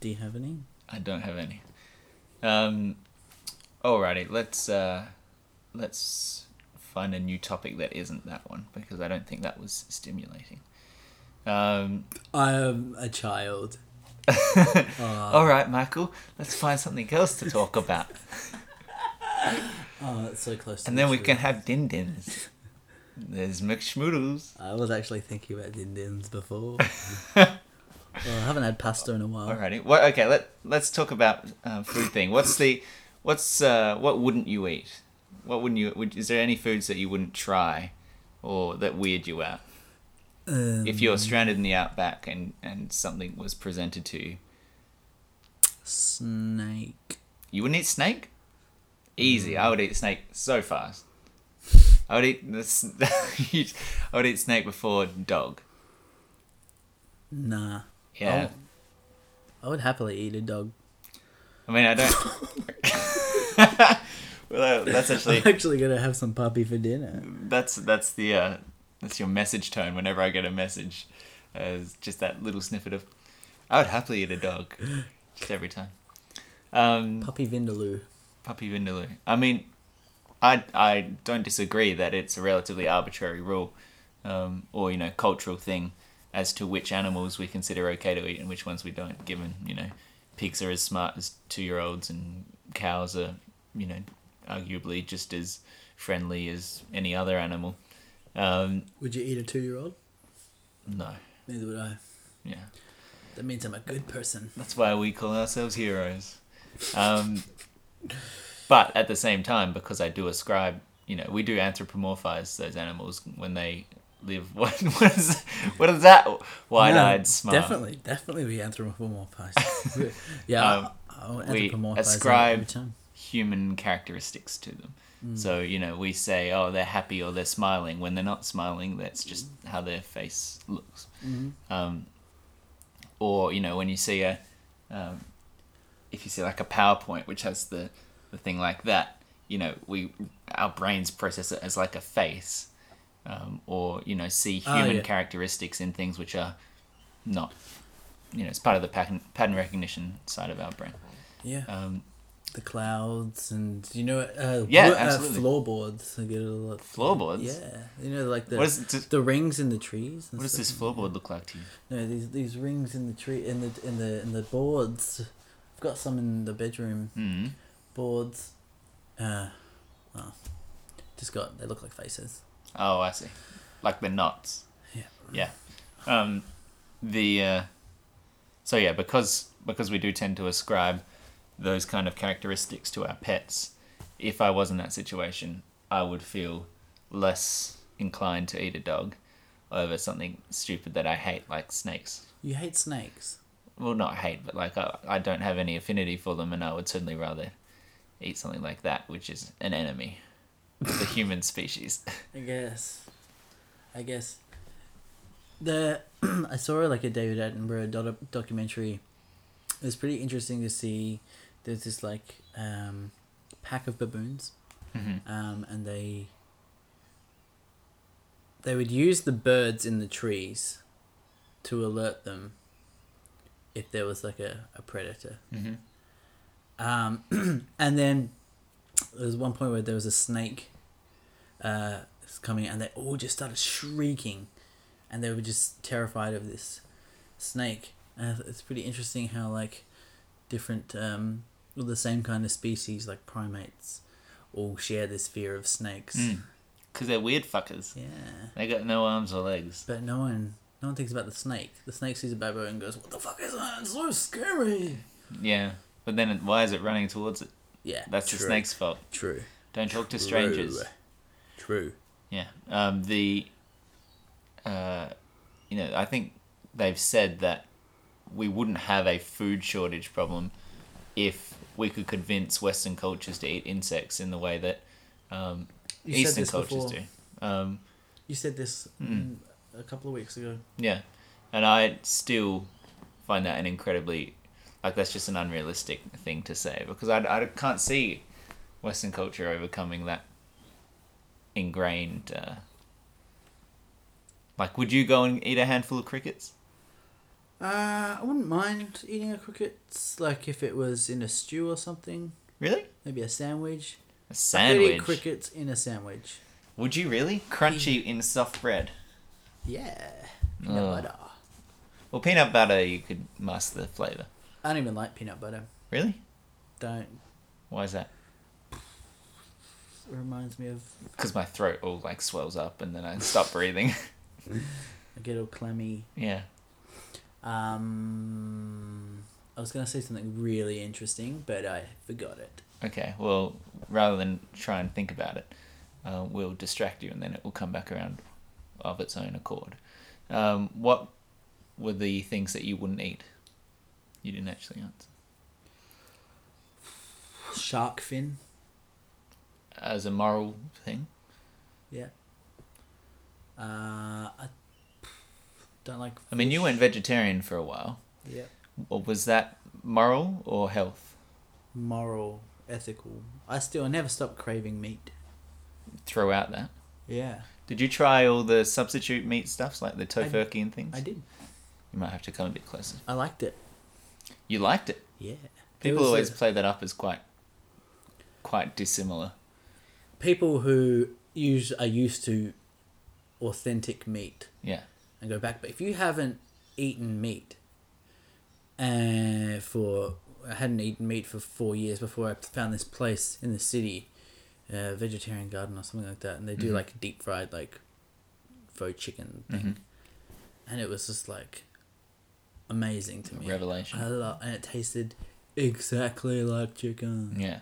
[SPEAKER 2] Do you have any?
[SPEAKER 1] I don't have any. Um, alrighty, let's uh, let's find a new topic that isn't that one because I don't think that was stimulating. Um,
[SPEAKER 2] I am a child.
[SPEAKER 1] all right, Michael, let's find something else to talk about,
[SPEAKER 2] Oh, that's so close. To
[SPEAKER 1] and
[SPEAKER 2] the
[SPEAKER 1] then we
[SPEAKER 2] truth.
[SPEAKER 1] can have din dins. There's McSchmoodles.
[SPEAKER 2] I was actually thinking about din
[SPEAKER 1] <laughs>
[SPEAKER 2] dins before. well, I haven't had pasta in a while.
[SPEAKER 1] Alrighty, well, okay, let let's talk about uh, food thing. What's the what's uh, what wouldn't you eat? What wouldn't you? Would, is there any foods that you wouldn't try, or that weird you out?
[SPEAKER 2] Um,
[SPEAKER 1] if you're stranded in the outback and, and something was presented to you,
[SPEAKER 2] Snake.
[SPEAKER 1] you wouldn't eat snake. Easy, I
[SPEAKER 2] Mm.
[SPEAKER 1] would eat snake so fast. I would eat this. <laughs> I would eat snake before dog.
[SPEAKER 2] Nah.
[SPEAKER 1] Yeah,
[SPEAKER 2] Oh. I would happily eat a dog.
[SPEAKER 1] I mean I don't. <laughs> Well, that- that's actually
[SPEAKER 2] I'm actually gonna have some puppy for dinner.
[SPEAKER 1] that's that's the uh, that's your message tone whenever I get a message, uh, it's just that little snippet of, I would happily eat a dog, just every time. Um,
[SPEAKER 2] Puppy Vindaloo.
[SPEAKER 1] Puppy Vindaloo. I mean, I I don't disagree that it's a relatively arbitrary rule, um, or you know, cultural thing, as to which animals we consider okay to eat and which ones we don't. Given you know, pigs are as smart as two year olds, and cows are you know, arguably just as friendly as any other animal. Um,
[SPEAKER 2] Would you eat a two-year-old?
[SPEAKER 1] no,
[SPEAKER 2] Neither would I.
[SPEAKER 1] yeah,
[SPEAKER 2] That means I'm a good person.
[SPEAKER 1] That's why we call ourselves heroes. Um, but at the same time, because I do ascribe, you know, we do anthropomorphize those animals when they live. <laughs> What, what, is, what is that wide eyed
[SPEAKER 2] No,
[SPEAKER 1] smile?
[SPEAKER 2] Definitely, definitely we
[SPEAKER 1] <laughs>
[SPEAKER 2] anthropomorphize. We- yeah,
[SPEAKER 1] Um,
[SPEAKER 2] I'll
[SPEAKER 1] we
[SPEAKER 2] anthropomorphize
[SPEAKER 1] ascribe-
[SPEAKER 2] every time.
[SPEAKER 1] Human characteristics to them. So, you know, we say, oh, they're happy or they're smiling. When they're not smiling, that's just how their face looks. Um, or, you know, when you see a, um, if you see like a PowerPoint which has the, the thing like that, you know, we our brains process it as like a face, um, or you know, see
[SPEAKER 2] Oh,
[SPEAKER 1] human
[SPEAKER 2] yeah.
[SPEAKER 1] characteristics in things which are not, you know, it's part of the pattern pattern recognition side of our brain.
[SPEAKER 2] Yeah,
[SPEAKER 1] Um,
[SPEAKER 2] the clouds and you know, uh,
[SPEAKER 1] Yeah,
[SPEAKER 2] wo- uh,
[SPEAKER 1] absolutely.
[SPEAKER 2] floorboards. I get a lot.
[SPEAKER 1] Floorboards?
[SPEAKER 2] Yeah, you know, like the
[SPEAKER 1] what is does,
[SPEAKER 2] the rings in the trees. and
[SPEAKER 1] what does
[SPEAKER 2] stuff.
[SPEAKER 1] this floorboard look like to you?
[SPEAKER 2] No, these these rings in the tree in the in the in the boards. I've got some in the bedroom
[SPEAKER 1] Mm-hmm.
[SPEAKER 2] boards. Uh, well, just got they look like faces.
[SPEAKER 1] Oh, I see. Like the knots.
[SPEAKER 2] Yeah.
[SPEAKER 1] Yeah. Um, the uh, so yeah, because because we do tend to ascribe those kind of characteristics to our pets. If I was in that situation, I would feel less inclined to eat a dog over something stupid that I hate, like snakes.
[SPEAKER 2] You hate snakes.
[SPEAKER 1] Well, not hate, but like I, I don't have any affinity for them, and I would certainly rather eat something like that, which is an enemy, to
[SPEAKER 2] <laughs>
[SPEAKER 1] the human species.
[SPEAKER 2] I guess. I guess. The <clears throat> I saw like a David Attenborough doc- documentary. It was pretty interesting to see. There's this like um, pack of baboons,
[SPEAKER 1] Mhm.
[SPEAKER 2] um, and they they would use the birds in the trees to alert them if there was like a, a predator.
[SPEAKER 1] <laughs> Mhm.
[SPEAKER 2] Um, <clears throat> and then there was one point where there was a snake uh, was coming and they all just started shrieking and they were just terrified of this snake. And I th- it's pretty interesting how, like, different, um, well, the same kind of species, like primates, all share this fear of snakes.
[SPEAKER 1] Hmm. Because they're weird fuckers.
[SPEAKER 2] Yeah.
[SPEAKER 1] They got no arms or legs.
[SPEAKER 2] But no one. No one thinks about the snake. The snake sees a baboon and goes, "What the fuck is that? It's so scary."
[SPEAKER 1] Yeah. But then it, why is it running towards it?
[SPEAKER 2] Yeah,
[SPEAKER 1] That's the
[SPEAKER 2] true,
[SPEAKER 1] snake's fault.
[SPEAKER 2] True.
[SPEAKER 1] Don't talk to strangers.
[SPEAKER 2] True.
[SPEAKER 1] Yeah. Um, the, uh, you know, I think they've said that we wouldn't have a food shortage problem if we could convince Western cultures to eat insects in the way that um,
[SPEAKER 2] You said
[SPEAKER 1] Eastern
[SPEAKER 2] this
[SPEAKER 1] cultures
[SPEAKER 2] before.
[SPEAKER 1] do. Um,
[SPEAKER 2] You said this mm, a couple of weeks ago.
[SPEAKER 1] Yeah, and I still find that an incredibly like that's just an unrealistic thing to say because I, I can't see Western culture overcoming that ingrained. Uh, like, would you go and eat a handful of crickets?
[SPEAKER 2] Uh, I wouldn't mind eating a cricket, like if it was in a stew or something,
[SPEAKER 1] Really?
[SPEAKER 2] maybe a sandwich.
[SPEAKER 1] A
[SPEAKER 2] I could
[SPEAKER 1] sandwich?
[SPEAKER 2] eat crickets in a sandwich.
[SPEAKER 1] would you really? Crunchy in soft bread.
[SPEAKER 2] Yeah. Peanut
[SPEAKER 1] Ugh.
[SPEAKER 2] butter.
[SPEAKER 1] Well, peanut butter, you could mask the flavor.
[SPEAKER 2] I don't even like peanut butter.
[SPEAKER 1] Really?
[SPEAKER 2] Don't.
[SPEAKER 1] Why is that?
[SPEAKER 2] It reminds me of
[SPEAKER 1] Because my throat all like swells up and then I stop breathing. <laughs>
[SPEAKER 2] I get all clammy.
[SPEAKER 1] yeah.
[SPEAKER 2] Um, I was gonna say something really interesting, but I forgot it.
[SPEAKER 1] Okay, well, rather than try and think about it, uh, we'll distract you and then it will come back around of its own accord. Um, what were the things that you wouldn't eat? You didn't actually answer.
[SPEAKER 2] Shark fin.
[SPEAKER 1] As a moral thing?
[SPEAKER 2] Yeah. Uh, I don't like.
[SPEAKER 1] I mean, you
[SPEAKER 2] fish.
[SPEAKER 1] went vegetarian for a while.
[SPEAKER 2] Yeah.
[SPEAKER 1] Well, Was that moral or health?
[SPEAKER 2] Moral. ethical. I still never stop craving meat.
[SPEAKER 1] Throw out that.
[SPEAKER 2] Yeah,
[SPEAKER 1] Did you try all the substitute meat stuffs like the tofurkey and things?
[SPEAKER 2] I did.
[SPEAKER 1] You might have to come a bit closer.
[SPEAKER 2] I liked it.
[SPEAKER 1] You liked it.
[SPEAKER 2] Yeah. There
[SPEAKER 1] People
[SPEAKER 2] was
[SPEAKER 1] always
[SPEAKER 2] a-
[SPEAKER 1] play that up as quite, quite dissimilar.
[SPEAKER 2] people who use are used to authentic meat
[SPEAKER 1] Yeah.
[SPEAKER 2] and go back. But if you haven't eaten meat, uh, for I hadn't eaten meat for four years before I found this place in the city, uh, vegetarian garden or something like that, and they
[SPEAKER 1] Mm-hmm.
[SPEAKER 2] do like a deep fried like faux chicken thing,
[SPEAKER 1] Mm-hmm.
[SPEAKER 2] and it was just like amazing to me.
[SPEAKER 1] Revelation.
[SPEAKER 2] I lo- and it tasted exactly like chicken.
[SPEAKER 1] Yeah.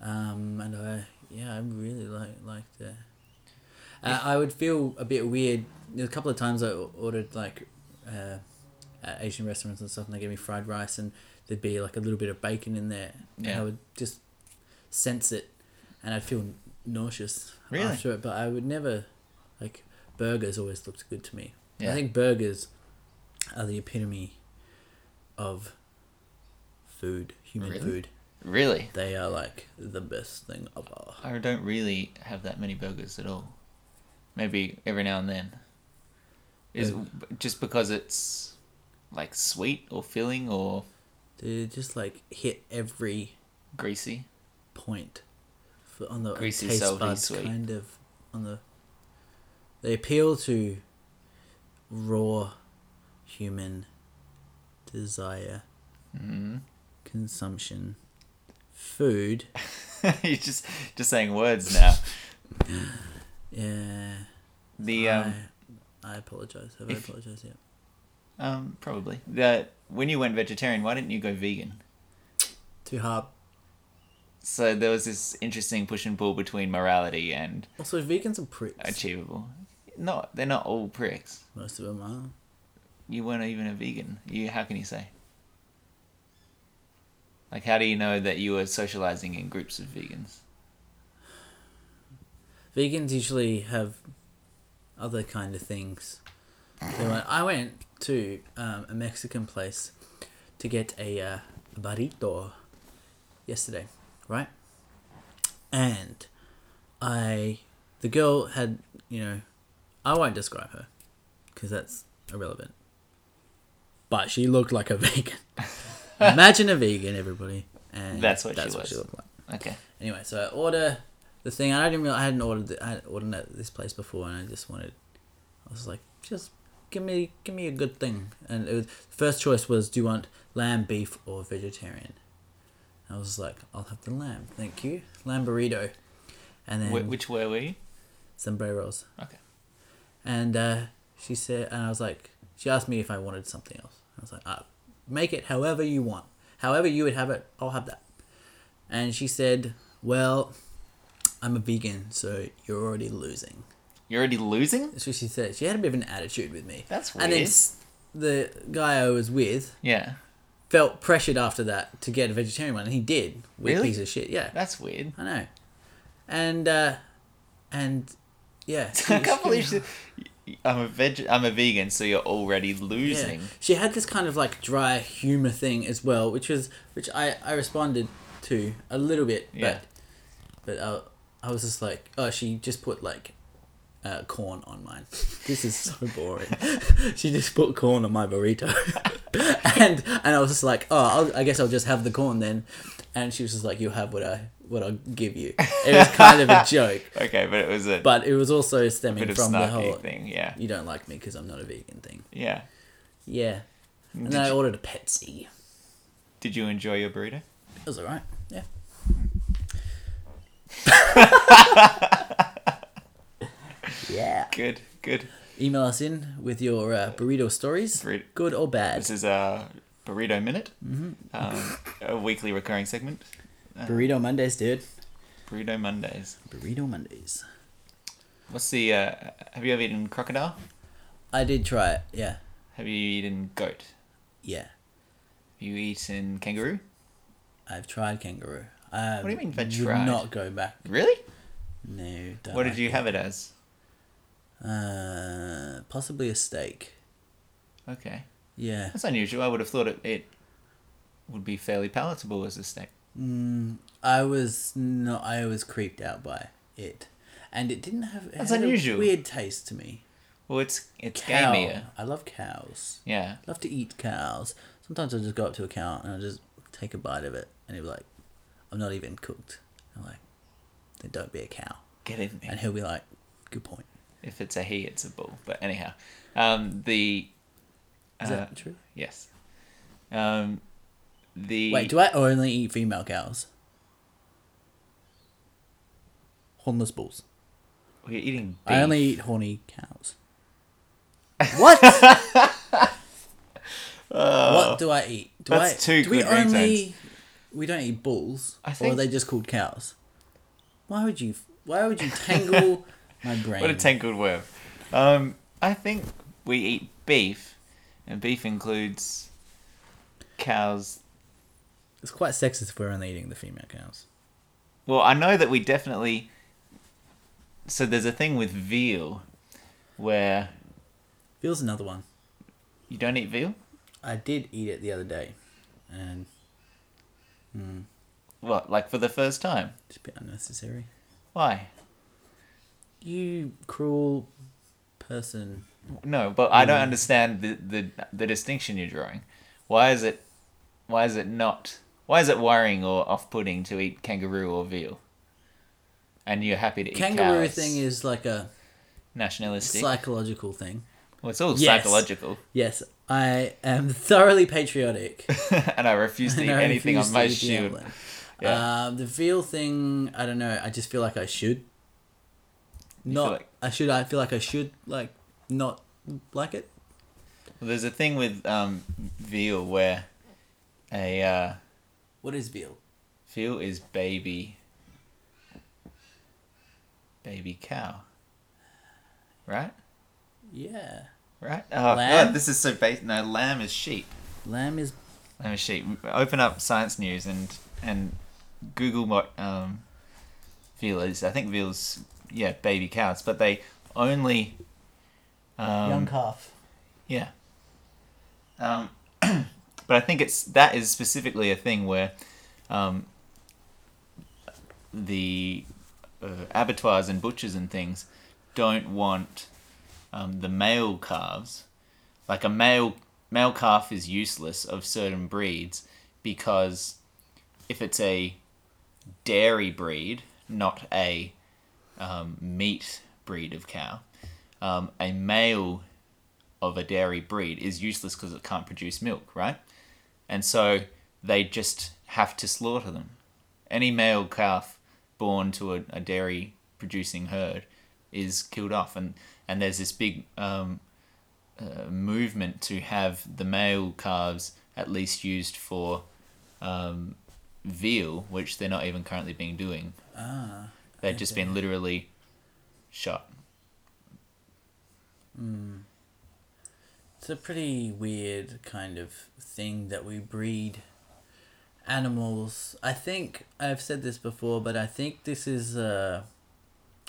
[SPEAKER 2] Um, and I yeah, I really like liked it. Uh, I would feel a bit weird. There was a couple of times I o- ordered like uh, at Asian restaurants and stuff, and they gave me fried rice, and there'd be like a little bit of bacon in there. And
[SPEAKER 1] Yeah.
[SPEAKER 2] I would just sense it, and I'd feel nauseous
[SPEAKER 1] Really?
[SPEAKER 2] after it. But I would never like burgers. Always looked good to me.
[SPEAKER 1] Yeah.
[SPEAKER 2] I think burgers are the epitome of food, human
[SPEAKER 1] Really?
[SPEAKER 2] food.
[SPEAKER 1] Really?
[SPEAKER 2] They are like the best thing ever.
[SPEAKER 1] I don't really have that many burgers at all. Maybe every now and then. Is just because it's like sweet or filling or
[SPEAKER 2] They just like hit every
[SPEAKER 1] greasy.
[SPEAKER 2] point for, on the
[SPEAKER 1] Greasy,
[SPEAKER 2] taste
[SPEAKER 1] salty,
[SPEAKER 2] buds,
[SPEAKER 1] sweet.
[SPEAKER 2] kind of on the. They appeal to raw human desire, consumption, food.
[SPEAKER 1] <laughs> You're just just saying words now.
[SPEAKER 2] Yeah. <laughs>
[SPEAKER 1] The um,
[SPEAKER 2] I, I apologize. Have I
[SPEAKER 1] if-
[SPEAKER 2] apologized yet?
[SPEAKER 1] um probably the when you went vegetarian, why didn't you go vegan?
[SPEAKER 2] Too hard.
[SPEAKER 1] So there was this interesting push and pull between morality and
[SPEAKER 2] Also, vegans are pricks.
[SPEAKER 1] achievable. Not they're not all pricks.
[SPEAKER 2] Most of them are.
[SPEAKER 1] You weren't even a vegan. You how can you say? Like how do you know that you were socializing in groups of vegans?
[SPEAKER 2] Vegans usually have other kind of things. They went- I went to um, a Mexican place to get a uh, burrito yesterday, right? And I, the girl had, you know, I won't describe her because that's irrelevant. But she looked like a <laughs> vegan.
[SPEAKER 1] <laughs>
[SPEAKER 2] Imagine a vegan, everybody. And
[SPEAKER 1] That's what she was.
[SPEAKER 2] looked like.
[SPEAKER 1] Okay.
[SPEAKER 2] Anyway, so I order the thing. I didn't realize I hadn't ordered. The, I hadn't ordered at this place before, and I just wanted. I was like, just give me give me a good thing. And it was first choice was, do you want lamb, beef, or vegetarian? I was like, I'll have the lamb, thank you. Lamb burrito, and then
[SPEAKER 1] Wh- which were we?
[SPEAKER 2] sombreros.
[SPEAKER 1] Okay.
[SPEAKER 2] And uh, she said, and I was like, she asked me if I wanted something else. I was like, uh, make it however you want. However you would have it, I'll have that. And she said, well, I'm a vegan, so you're already losing.
[SPEAKER 1] You're already losing?
[SPEAKER 2] That's what she said. She had a bit of an attitude with me.
[SPEAKER 1] That's
[SPEAKER 2] And then
[SPEAKER 1] weird.
[SPEAKER 2] s- the guy I was with
[SPEAKER 1] Yeah.
[SPEAKER 2] felt pressured after that to get a vegetarian one, and he did. Weird
[SPEAKER 1] Really?
[SPEAKER 2] piece of shit, yeah.
[SPEAKER 1] That's weird. <laughs>
[SPEAKER 2] I know. And, uh, and, yeah.
[SPEAKER 1] <laughs> I can't believe she, I'm a veg I'm a vegan, so you're already losing.
[SPEAKER 2] Yeah. She had this kind of like dry humor thing as well, which was which I I responded to a little bit,
[SPEAKER 1] Yeah.
[SPEAKER 2] but but I, I was just like, oh, she just put like uh, corn on mine. This
[SPEAKER 1] <laughs>
[SPEAKER 2] is so boring. <laughs> she just put corn on my burrito, <laughs> and and I was just like, oh, I'll, I guess I'll just have the corn then. And she was just like, you'll have what I what I'll give you. It was kind
[SPEAKER 1] <laughs>
[SPEAKER 2] of a joke,
[SPEAKER 1] Okay, but it was a
[SPEAKER 2] but it was also
[SPEAKER 1] bit
[SPEAKER 2] stemming
[SPEAKER 1] of
[SPEAKER 2] from the
[SPEAKER 1] snarky
[SPEAKER 2] whole
[SPEAKER 1] thing, yeah.
[SPEAKER 2] you don't like me because I'm not a vegan thing.
[SPEAKER 1] Yeah.
[SPEAKER 2] Yeah. And then I ordered a Pepsi. It
[SPEAKER 1] Did you enjoy your burrito?
[SPEAKER 2] was alright.
[SPEAKER 1] <laughs>
[SPEAKER 2] Yeah. yeah.
[SPEAKER 1] Good, good.
[SPEAKER 2] Email us in with your uh, burrito stories,
[SPEAKER 1] Burrito.
[SPEAKER 2] good or bad.
[SPEAKER 1] This is a burrito minute.
[SPEAKER 2] Mm-hmm.
[SPEAKER 1] Um, a weekly recurring segment.
[SPEAKER 2] Burrito Mondays, dude.
[SPEAKER 1] Burrito Mondays.
[SPEAKER 2] Burrito Mondays.
[SPEAKER 1] What's the? Uh, have you ever eaten crocodile?
[SPEAKER 2] I did try it. Yeah.
[SPEAKER 1] Have you eaten goat?
[SPEAKER 2] Yeah.
[SPEAKER 1] Have you eaten kangaroo?
[SPEAKER 2] I've tried kangaroo. Um,
[SPEAKER 1] do you mean by
[SPEAKER 2] would
[SPEAKER 1] tried?
[SPEAKER 2] Not go back.
[SPEAKER 1] Really?
[SPEAKER 2] No. Don't
[SPEAKER 1] What did
[SPEAKER 2] like
[SPEAKER 1] you have it as?
[SPEAKER 2] it. Uh, possibly a steak.
[SPEAKER 1] Okay,
[SPEAKER 2] Yeah.
[SPEAKER 1] that's unusual. I would have thought it, it would be fairly palatable as a steak.
[SPEAKER 2] I was no, I was creeped out by it, and it didn't have. It
[SPEAKER 1] That's
[SPEAKER 2] had a
[SPEAKER 1] unusual.
[SPEAKER 2] weird taste to me.
[SPEAKER 1] Well, it's it's
[SPEAKER 2] Cow.
[SPEAKER 1] gamier.
[SPEAKER 2] I love cows.
[SPEAKER 1] Yeah.
[SPEAKER 2] Love to eat cows. Sometimes I just go up to a cow and I just take a bite of it, and he'll be like, "I'm not even cooked." I'm like, "Then don't be a cow,"
[SPEAKER 1] Get in there.
[SPEAKER 2] and he'll be like, "Good point."
[SPEAKER 1] If it's a he, it's a bull. But anyhow, um, the
[SPEAKER 2] Is
[SPEAKER 1] uh,
[SPEAKER 2] that true?
[SPEAKER 1] yes, um, the
[SPEAKER 2] Wait, do I only eat female cows? Hornless bulls.
[SPEAKER 1] we're eating. Beef.
[SPEAKER 2] I only eat horny cows.
[SPEAKER 1] <laughs>
[SPEAKER 2] What? what do I eat? Do
[SPEAKER 1] Uh, That's
[SPEAKER 2] I,
[SPEAKER 1] two
[SPEAKER 2] do we
[SPEAKER 1] good ring
[SPEAKER 2] only we don't eat bulls,
[SPEAKER 1] I
[SPEAKER 2] or are
[SPEAKER 1] think-
[SPEAKER 2] they just called cows? Why would you? Why would
[SPEAKER 1] <laughs>
[SPEAKER 2] you tangle my brain?
[SPEAKER 1] What a tangled web. Um, I think we eat beef, and beef includes cows.
[SPEAKER 2] it's quite sexist if we're only eating the female cows.
[SPEAKER 1] Well, I know that we definitely. So there's a thing with veal, where
[SPEAKER 2] Feels another one.
[SPEAKER 1] you don't eat veal.
[SPEAKER 2] I did eat it the other day, and
[SPEAKER 1] What, like for the first time?
[SPEAKER 2] it's a bit unnecessary.
[SPEAKER 1] Why?
[SPEAKER 2] You cruel person.
[SPEAKER 1] No, but I
[SPEAKER 2] Mm.
[SPEAKER 1] don't understand the, the the distinction you're drawing. Why is it why is it not why is it worrying or off putting to eat kangaroo or veal? And you're happy to eat
[SPEAKER 2] Kangaroo
[SPEAKER 1] cows.
[SPEAKER 2] thing is like a
[SPEAKER 1] nationalistic.
[SPEAKER 2] psychological thing.
[SPEAKER 1] well, it's all
[SPEAKER 2] Yes.
[SPEAKER 1] psychological, <laughs>
[SPEAKER 2] Yes, I am <laughs> thoroughly patriotic.
[SPEAKER 1] and I refuse to eat
[SPEAKER 2] And <laughs> I
[SPEAKER 1] anything on
[SPEAKER 2] refuse to
[SPEAKER 1] my
[SPEAKER 2] eat the
[SPEAKER 1] shield.
[SPEAKER 2] outlet.
[SPEAKER 1] Yeah.
[SPEAKER 2] Um, the veal thing, I don't know. I just feel like I should. Not,
[SPEAKER 1] like-
[SPEAKER 2] I should. I feel like I should like not like it.
[SPEAKER 1] Well, there's a thing with um, veal where a uh,
[SPEAKER 2] What is veal?
[SPEAKER 1] veal is baby baby cow, right?
[SPEAKER 2] Yeah,
[SPEAKER 1] Right? Oh
[SPEAKER 2] Lamb?
[SPEAKER 1] god, this is so basic. No, lamb is sheep.
[SPEAKER 2] lamb is.
[SPEAKER 1] Lamb is sheep. Open up Science News and and Google what um, veal is. I think veals, yeah, baby cows, but they only um,
[SPEAKER 2] Young calf.
[SPEAKER 1] yeah. Um, <clears throat> but I think it's that is specifically a thing where um, the uh, abattoirs and butchers and things don't want um, the male calves. Like a male male calf is useless of certain breeds because if it's a dairy breed, not a um, meat breed of cow, um, a male of a dairy breed is useless because it can't produce milk, right? And so they just have to slaughter them. Any male calf born to a, a dairy producing herd is killed off, and and there's this big um, uh, movement to have the male calves at least used for um, veal, which they're not even currently being doing. Ah, They've just been literally shot.
[SPEAKER 2] It's a pretty weird kind of thing that we breed animals. I think I've said this before, but I think this is uh,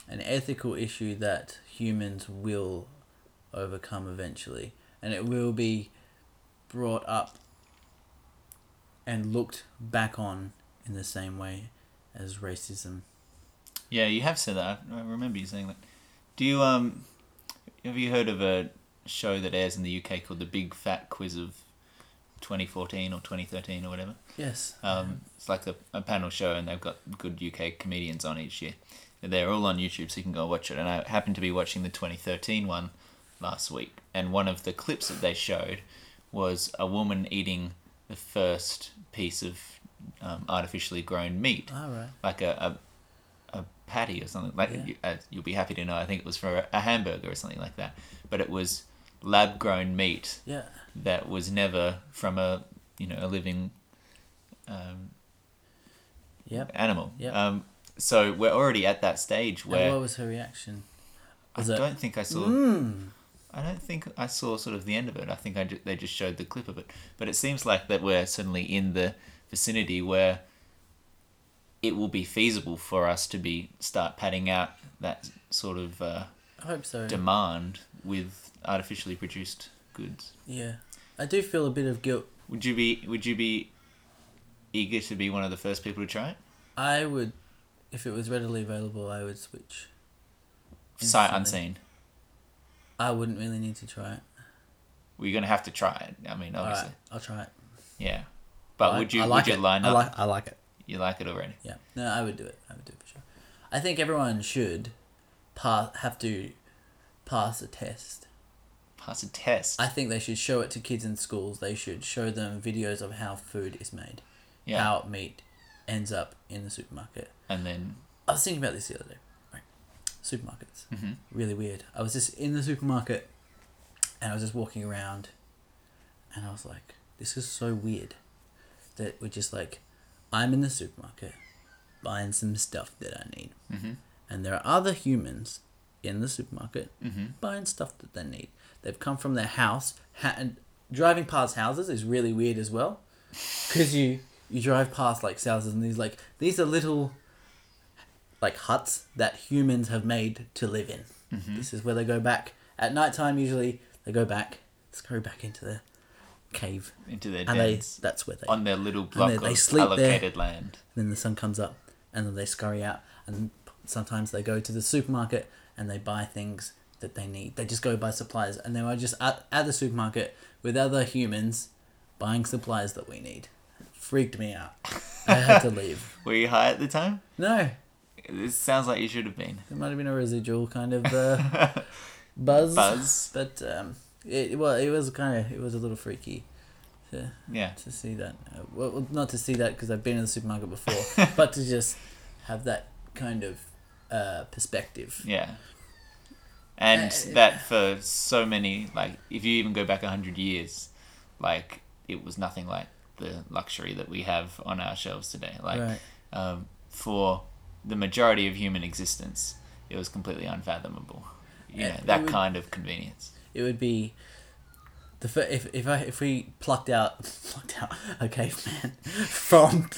[SPEAKER 2] an ethical issue that humans will overcome eventually, and it will be brought up and looked back on in the same way as racism.
[SPEAKER 1] Yeah, you have said that. I I remember you saying that. Do you um have you heard of a show that airs in the UK called The Big Fat Quiz of 2014 or 2013 or whatever?
[SPEAKER 2] Yes.
[SPEAKER 1] Um, it's like a, a panel show, and they've got good UK comedians on each year. They're all on YouTube, so you can go watch it. And I happened to be watching the 2013 one last week, and one of the clips that they showed was a woman eating the first piece of um, artificially grown meat
[SPEAKER 2] All right.
[SPEAKER 1] like a, a, a patty or something. Like
[SPEAKER 2] Yeah.
[SPEAKER 1] you, uh, you'll be happy to know, I think it was for a, a hamburger or something like that. But it was lab grown meat
[SPEAKER 2] Yeah.
[SPEAKER 1] that was never from a you know a living um,
[SPEAKER 2] Yep.
[SPEAKER 1] animal.
[SPEAKER 2] Yep.
[SPEAKER 1] Um, so we're already at that stage
[SPEAKER 2] And
[SPEAKER 1] where
[SPEAKER 2] what was her reaction?
[SPEAKER 1] I
[SPEAKER 2] was it-
[SPEAKER 1] don't think I saw.
[SPEAKER 2] Mm.
[SPEAKER 1] I don't think I saw sort of the end of it. I think I ju- they just showed the clip of it. But it seems like that we're suddenly in the vicinity where it will be feasible for us to be start padding out that sort of uh,
[SPEAKER 2] I hope so.
[SPEAKER 1] demand with artificially produced goods.
[SPEAKER 2] Yeah, I do feel a bit of guilt.
[SPEAKER 1] Would you be Would you be eager to be one of the first people to try it?
[SPEAKER 2] I would, if it was readily available, I would switch.
[SPEAKER 1] Sight
[SPEAKER 2] Instantly.
[SPEAKER 1] unseen.
[SPEAKER 2] I wouldn't really need to try it.
[SPEAKER 1] We're gonna have to try it. I mean,
[SPEAKER 2] All
[SPEAKER 1] obviously,
[SPEAKER 2] right, I'll try it.
[SPEAKER 1] yeah. But
[SPEAKER 2] I-
[SPEAKER 1] would you
[SPEAKER 2] I like
[SPEAKER 1] would you
[SPEAKER 2] it.
[SPEAKER 1] line
[SPEAKER 2] I
[SPEAKER 1] up?
[SPEAKER 2] like, I like it.
[SPEAKER 1] You like it already?
[SPEAKER 2] Yeah. No, I would do it. I would do it for sure. I think everyone should pass, have to pass a test.
[SPEAKER 1] Pass a test.
[SPEAKER 2] I think they should show it to kids in schools. They should show them videos of how food is made,
[SPEAKER 1] Yeah.
[SPEAKER 2] how meat ends up in the supermarket.
[SPEAKER 1] and then
[SPEAKER 2] I was thinking about this the other day. Right. Supermarkets. Mm-hmm. Really weird. I was just in the supermarket and I was just walking around and I was like, this is so weird that we're just like, I'm in the supermarket buying some stuff that I need. Mm-hmm. And there are other humans in the supermarket buying stuff that they need. They've come from their house. Ha- and driving past houses is really weird as well because you, you drive past like houses and these like, these are little like huts that humans have made to live in. This is where they go back at night time. Usually they go back, let's go back into the cave,
[SPEAKER 1] into their
[SPEAKER 2] and they
[SPEAKER 1] dens
[SPEAKER 2] that's where they.
[SPEAKER 1] on their little block
[SPEAKER 2] they- they
[SPEAKER 1] of
[SPEAKER 2] sleep there.
[SPEAKER 1] allocated land.
[SPEAKER 2] Then the sun comes up, and then they scurry out, and sometimes they go to the supermarket and they buy things that they need. They just go buy supplies, and they are just at, at the supermarket with other humans buying supplies that we need. Freaked me out. I had to leave.
[SPEAKER 1] Were you high at the time?
[SPEAKER 2] No,
[SPEAKER 1] This sounds like you should have been.
[SPEAKER 2] It might have been a residual kind of uh,
[SPEAKER 1] <laughs>
[SPEAKER 2] buzz.
[SPEAKER 1] Buzz.
[SPEAKER 2] But um, it well, it was kind of it was a little freaky to,
[SPEAKER 1] Yeah.
[SPEAKER 2] to see that. Uh, well, well, not to see that because I've been in the
[SPEAKER 1] <laughs>
[SPEAKER 2] supermarket before, but to just have that kind of uh, perspective.
[SPEAKER 1] Yeah. And
[SPEAKER 2] Uh,
[SPEAKER 1] that for so many, like, if you even go back 100 years, like, it was nothing like the luxury that we have on our shelves today. Like,
[SPEAKER 2] Right.
[SPEAKER 1] um, for the majority of human existence, it was completely unfathomable. You
[SPEAKER 2] Uh,
[SPEAKER 1] know,
[SPEAKER 2] it
[SPEAKER 1] that
[SPEAKER 2] would-
[SPEAKER 1] kind of convenience.
[SPEAKER 2] It would be. The fir- if if I if we plucked out <laughs> plucked out a caveman <laughs> from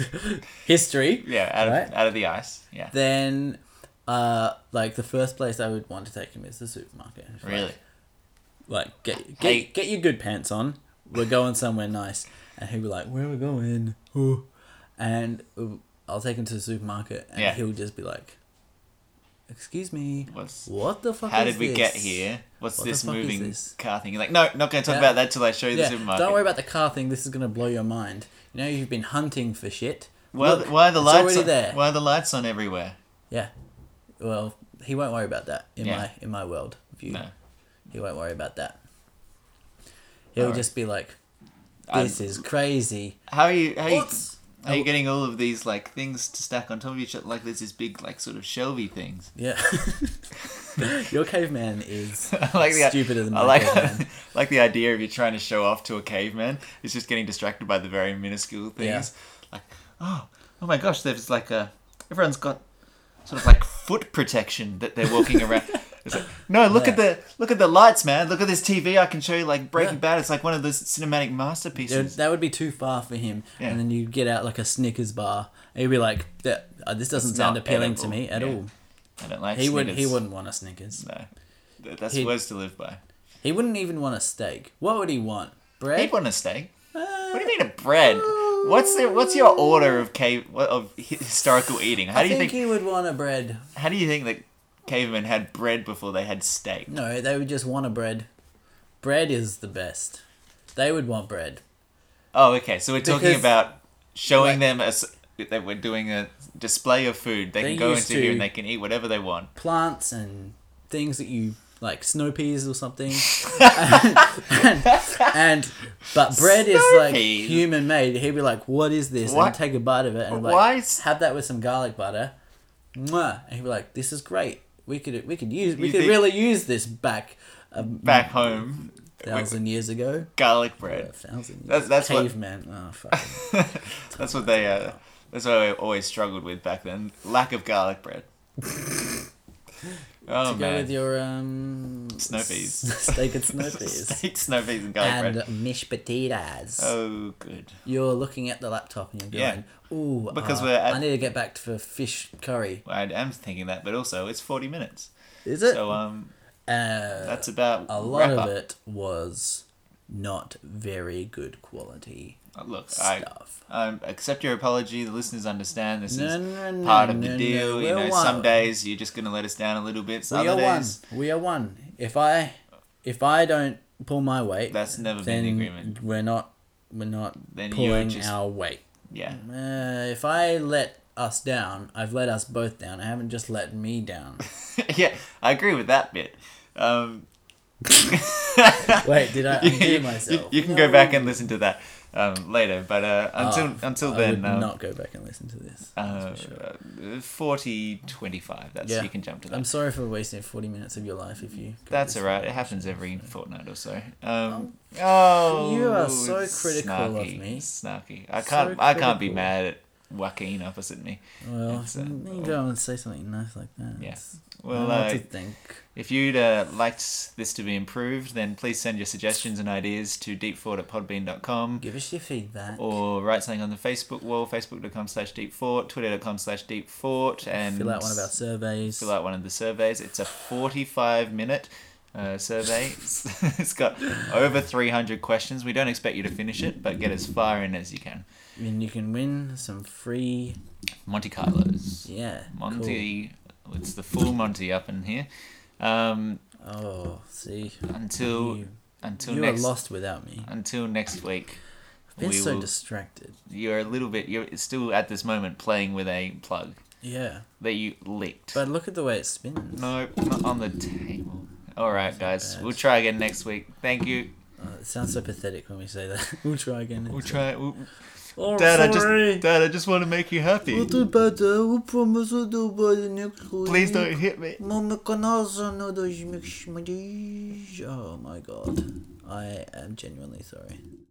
[SPEAKER 2] history,
[SPEAKER 1] Yeah, out of,
[SPEAKER 2] Right.
[SPEAKER 1] out of the ice. Yeah.
[SPEAKER 2] then uh like the first place I would want to take him is the supermarket. It's like,
[SPEAKER 1] really?
[SPEAKER 2] like get get,
[SPEAKER 1] Hey.
[SPEAKER 2] get your good pants on. We're going somewhere nice, and he'll be like, "Where are we going?" Ooh. And uh, I'll take him to the supermarket, and
[SPEAKER 1] Yeah.
[SPEAKER 2] he'll just be like, "Excuse me,
[SPEAKER 1] What's-
[SPEAKER 2] what the fuck?
[SPEAKER 1] How
[SPEAKER 2] is
[SPEAKER 1] did we
[SPEAKER 2] this?
[SPEAKER 1] get here? What's
[SPEAKER 2] What the
[SPEAKER 1] this
[SPEAKER 2] fuck is
[SPEAKER 1] moving
[SPEAKER 2] this?
[SPEAKER 1] car thing? You're like, no, not going to talk
[SPEAKER 2] Yeah.
[SPEAKER 1] about that till I show you
[SPEAKER 2] Yeah,
[SPEAKER 1] the supermarket.
[SPEAKER 2] don't worry about the car thing. This is gonna blow your mind. You know, you've been hunting for shit.
[SPEAKER 1] Why,
[SPEAKER 2] Look,
[SPEAKER 1] why are the
[SPEAKER 2] it's
[SPEAKER 1] lights
[SPEAKER 2] already
[SPEAKER 1] on,
[SPEAKER 2] there?
[SPEAKER 1] Why are the lights on everywhere?
[SPEAKER 2] Yeah. Well, he won't worry about that in
[SPEAKER 1] Yeah.
[SPEAKER 2] my in my world view.
[SPEAKER 1] No.
[SPEAKER 2] He won't worry about that. He'll
[SPEAKER 1] Alright.
[SPEAKER 2] just be like,
[SPEAKER 1] I'm-
[SPEAKER 2] "This is Oh. crazy."
[SPEAKER 1] Um, How are you? How you,
[SPEAKER 2] What's-
[SPEAKER 1] how you getting all of these like things to stack on top of each other? Like there's this big like sort of shelvy things.
[SPEAKER 2] Yeah. <laughs> Your caveman
[SPEAKER 1] <laughs>
[SPEAKER 2] is
[SPEAKER 1] I like the,
[SPEAKER 2] stupider than
[SPEAKER 1] <laughs>
[SPEAKER 2] my
[SPEAKER 1] I like
[SPEAKER 2] caveman.
[SPEAKER 1] like the idea of you trying to show off to a caveman. It's just getting distracted by the very minuscule things. Like oh oh my gosh, there's like a everyone's got sort of like foot protection that they're
[SPEAKER 2] <laughs>
[SPEAKER 1] walking around. It's like, no, look at the look at the lights, man. Look at this TV. I can show you like Breaking
[SPEAKER 2] Yeah.
[SPEAKER 1] Bad. It's like one of those cinematic
[SPEAKER 2] Dude,
[SPEAKER 1] masterpieces.
[SPEAKER 2] that would be too far for him.
[SPEAKER 1] Yeah.
[SPEAKER 2] And then you get out like a Snickers bar, and he'd be like, "That- uh, "This doesn't
[SPEAKER 1] It's
[SPEAKER 2] sound
[SPEAKER 1] not
[SPEAKER 2] appealing to
[SPEAKER 1] edible."
[SPEAKER 2] me at
[SPEAKER 1] Yeah.
[SPEAKER 2] all."
[SPEAKER 1] I don't like.
[SPEAKER 2] He would he
[SPEAKER 1] Snickers.
[SPEAKER 2] wouldn't want a Snickers.
[SPEAKER 1] No, Th- that's
[SPEAKER 2] He'd-
[SPEAKER 1] words to live by.
[SPEAKER 2] He wouldn't even want a steak. What would he want? Bread.
[SPEAKER 1] He'd want a steak.
[SPEAKER 2] Uh,
[SPEAKER 1] What do you mean a bread? What's the, what's your order of cave what- of hi- historical eating? How
[SPEAKER 2] I
[SPEAKER 1] do you
[SPEAKER 2] think,
[SPEAKER 1] think,
[SPEAKER 2] he would want a bread.
[SPEAKER 1] how do you think that cavemen had bread before they had steak?
[SPEAKER 2] No, they would just want a bread. Bread is the best. They would want bread.
[SPEAKER 1] Oh, okay. So we're talking
[SPEAKER 2] Because-
[SPEAKER 1] about showing
[SPEAKER 2] like-
[SPEAKER 1] them as that we're doing a display of food. They
[SPEAKER 2] They
[SPEAKER 1] can go
[SPEAKER 2] used
[SPEAKER 1] into here and
[SPEAKER 2] to-
[SPEAKER 1] they can eat whatever they want.
[SPEAKER 2] plants and things that you like snow peas
[SPEAKER 1] <laughs>
[SPEAKER 2] or something and, and, but bread is
[SPEAKER 1] Snow
[SPEAKER 2] like
[SPEAKER 1] peas?
[SPEAKER 2] human made he'd be like what is this
[SPEAKER 1] Why-
[SPEAKER 2] and take a bite of it and like
[SPEAKER 1] Why is-
[SPEAKER 2] have that with some garlic butter Mwah. and he'd be like this is great we could we could use we
[SPEAKER 1] You
[SPEAKER 2] could
[SPEAKER 1] think-
[SPEAKER 2] really use this back a
[SPEAKER 1] Back home, with
[SPEAKER 2] thousand years ago
[SPEAKER 1] garlic
[SPEAKER 2] a
[SPEAKER 1] bread.
[SPEAKER 2] thousand years.
[SPEAKER 1] That's- that's what-
[SPEAKER 2] caveman
[SPEAKER 1] <laughs>
[SPEAKER 2] oh fuck
[SPEAKER 1] That's what they uh, that's what I always struggled with back then. Lack of garlic
[SPEAKER 2] <laughs>
[SPEAKER 1] bread. Oh
[SPEAKER 2] to go
[SPEAKER 1] man.
[SPEAKER 2] with your um
[SPEAKER 1] Snow
[SPEAKER 2] s-
[SPEAKER 1] peas.
[SPEAKER 2] <laughs> steak
[SPEAKER 1] <laughs>
[SPEAKER 2] and snow peas
[SPEAKER 1] Steak, snow peas, and garlic
[SPEAKER 2] and uh,
[SPEAKER 1] bread.
[SPEAKER 2] mashed potatoes
[SPEAKER 1] Oh, good.
[SPEAKER 2] you're looking at the laptop and you're
[SPEAKER 1] Yeah.
[SPEAKER 2] going, "Ooh,
[SPEAKER 1] Because
[SPEAKER 2] uh,
[SPEAKER 1] we're at-
[SPEAKER 2] I need to get back to for fish curry."
[SPEAKER 1] I am thinking that, but also it's forty minutes.
[SPEAKER 2] Is it?
[SPEAKER 1] So um,
[SPEAKER 2] uh,
[SPEAKER 1] that's about
[SPEAKER 2] a
[SPEAKER 1] wrap
[SPEAKER 2] lot of
[SPEAKER 1] up.
[SPEAKER 2] it was not very good quality
[SPEAKER 1] Uh, Look, I
[SPEAKER 2] stuff.
[SPEAKER 1] um, accept your apology. The listeners understand this
[SPEAKER 2] No,
[SPEAKER 1] is
[SPEAKER 2] no, no,
[SPEAKER 1] part of
[SPEAKER 2] no,
[SPEAKER 1] the
[SPEAKER 2] no.
[SPEAKER 1] deal. You
[SPEAKER 2] We're
[SPEAKER 1] know,
[SPEAKER 2] one.
[SPEAKER 1] some days you're just gonna let us down a little bit. Some
[SPEAKER 2] we are
[SPEAKER 1] other days,
[SPEAKER 2] one. We are one. If I if I don't pull my weight,
[SPEAKER 1] That's never been
[SPEAKER 2] then
[SPEAKER 1] the agreement.
[SPEAKER 2] We're not we're not
[SPEAKER 1] Then you are
[SPEAKER 2] pulling
[SPEAKER 1] just-
[SPEAKER 2] our weight.
[SPEAKER 1] yeah. <laughs>
[SPEAKER 2] Uh, if I let us down, I've let us both down. I haven't just let me down.
[SPEAKER 1] yeah, I agree with that bit.
[SPEAKER 2] <laughs>
[SPEAKER 1] Um,
[SPEAKER 2] Wait, did I
[SPEAKER 1] <laughs> you,
[SPEAKER 2] undo
[SPEAKER 1] you,
[SPEAKER 2] myself?
[SPEAKER 1] you can go back and listen to that um, later, but uh, until
[SPEAKER 2] Oh,
[SPEAKER 1] until
[SPEAKER 2] I
[SPEAKER 1] then,
[SPEAKER 2] would
[SPEAKER 1] um,
[SPEAKER 2] not go back and listen to this.
[SPEAKER 1] uh,
[SPEAKER 2] that's for sure.
[SPEAKER 1] uh, 40, 25, That's
[SPEAKER 2] Yeah.
[SPEAKER 1] you can jump to that.
[SPEAKER 2] I'm sorry for wasting 40 minutes of your life if you. go
[SPEAKER 1] That's
[SPEAKER 2] this
[SPEAKER 1] all right. It
[SPEAKER 2] way.
[SPEAKER 1] happens every fortnight or so. Um, oh,
[SPEAKER 2] you are so
[SPEAKER 1] it's
[SPEAKER 2] critical of
[SPEAKER 1] snarky,
[SPEAKER 2] me.
[SPEAKER 1] Snarky. I
[SPEAKER 2] So
[SPEAKER 1] can't. I can't be
[SPEAKER 2] critical.
[SPEAKER 1] mad at Joaquin opposite me.
[SPEAKER 2] Well,
[SPEAKER 1] It's, uh,
[SPEAKER 2] you can go and say something nice like that.
[SPEAKER 1] Yeah.
[SPEAKER 2] It's- I
[SPEAKER 1] Well,
[SPEAKER 2] don't know what
[SPEAKER 1] uh,
[SPEAKER 2] to think.
[SPEAKER 1] if you'd uh, liked this to be improved, then please send your suggestions and ideas to deepford at podbean.com
[SPEAKER 2] Give us your feedback.
[SPEAKER 1] or write something on the Facebook wall, facebook.com slash deepfort, twitter.com slash deepfort, and
[SPEAKER 2] fill out one of our surveys.
[SPEAKER 1] fill out one of the surveys. It's a 45 minute uh, survey.
[SPEAKER 2] <laughs>
[SPEAKER 1] It's- it's got over 300 questions. We don't expect you to finish it, but get as far in as you can.
[SPEAKER 2] And you can win some free.
[SPEAKER 1] Monte Carlos.
[SPEAKER 2] Yeah.
[SPEAKER 1] Monty, it's the full Monty up in here. Um,
[SPEAKER 2] Cool. Oh, see.
[SPEAKER 1] until
[SPEAKER 2] you
[SPEAKER 1] until
[SPEAKER 2] you
[SPEAKER 1] next
[SPEAKER 2] are lost without me.
[SPEAKER 1] until next week,
[SPEAKER 2] I've been
[SPEAKER 1] we
[SPEAKER 2] so
[SPEAKER 1] will-
[SPEAKER 2] distracted.
[SPEAKER 1] you're a little bit you're still at this moment playing with a plug
[SPEAKER 2] Yeah.
[SPEAKER 1] that you leaked.
[SPEAKER 2] But look at the way it spins.
[SPEAKER 1] no, not on the table. All right, guys,
[SPEAKER 2] bad.
[SPEAKER 1] we'll try again next week. Thank you.
[SPEAKER 2] Oh, it sounds so pathetic when we say that. <laughs> we'll try again.
[SPEAKER 1] We'll
[SPEAKER 2] next
[SPEAKER 1] try. We'll,
[SPEAKER 2] week. Oh,
[SPEAKER 1] Dad, I
[SPEAKER 2] sorry.
[SPEAKER 1] just Dad, I just want to make you
[SPEAKER 2] We'll
[SPEAKER 1] happy.
[SPEAKER 2] do better. We promise we'll do better next week.
[SPEAKER 1] Please don't hit me.
[SPEAKER 2] Mama can also know those mix- Oh my god. I am genuinely sorry.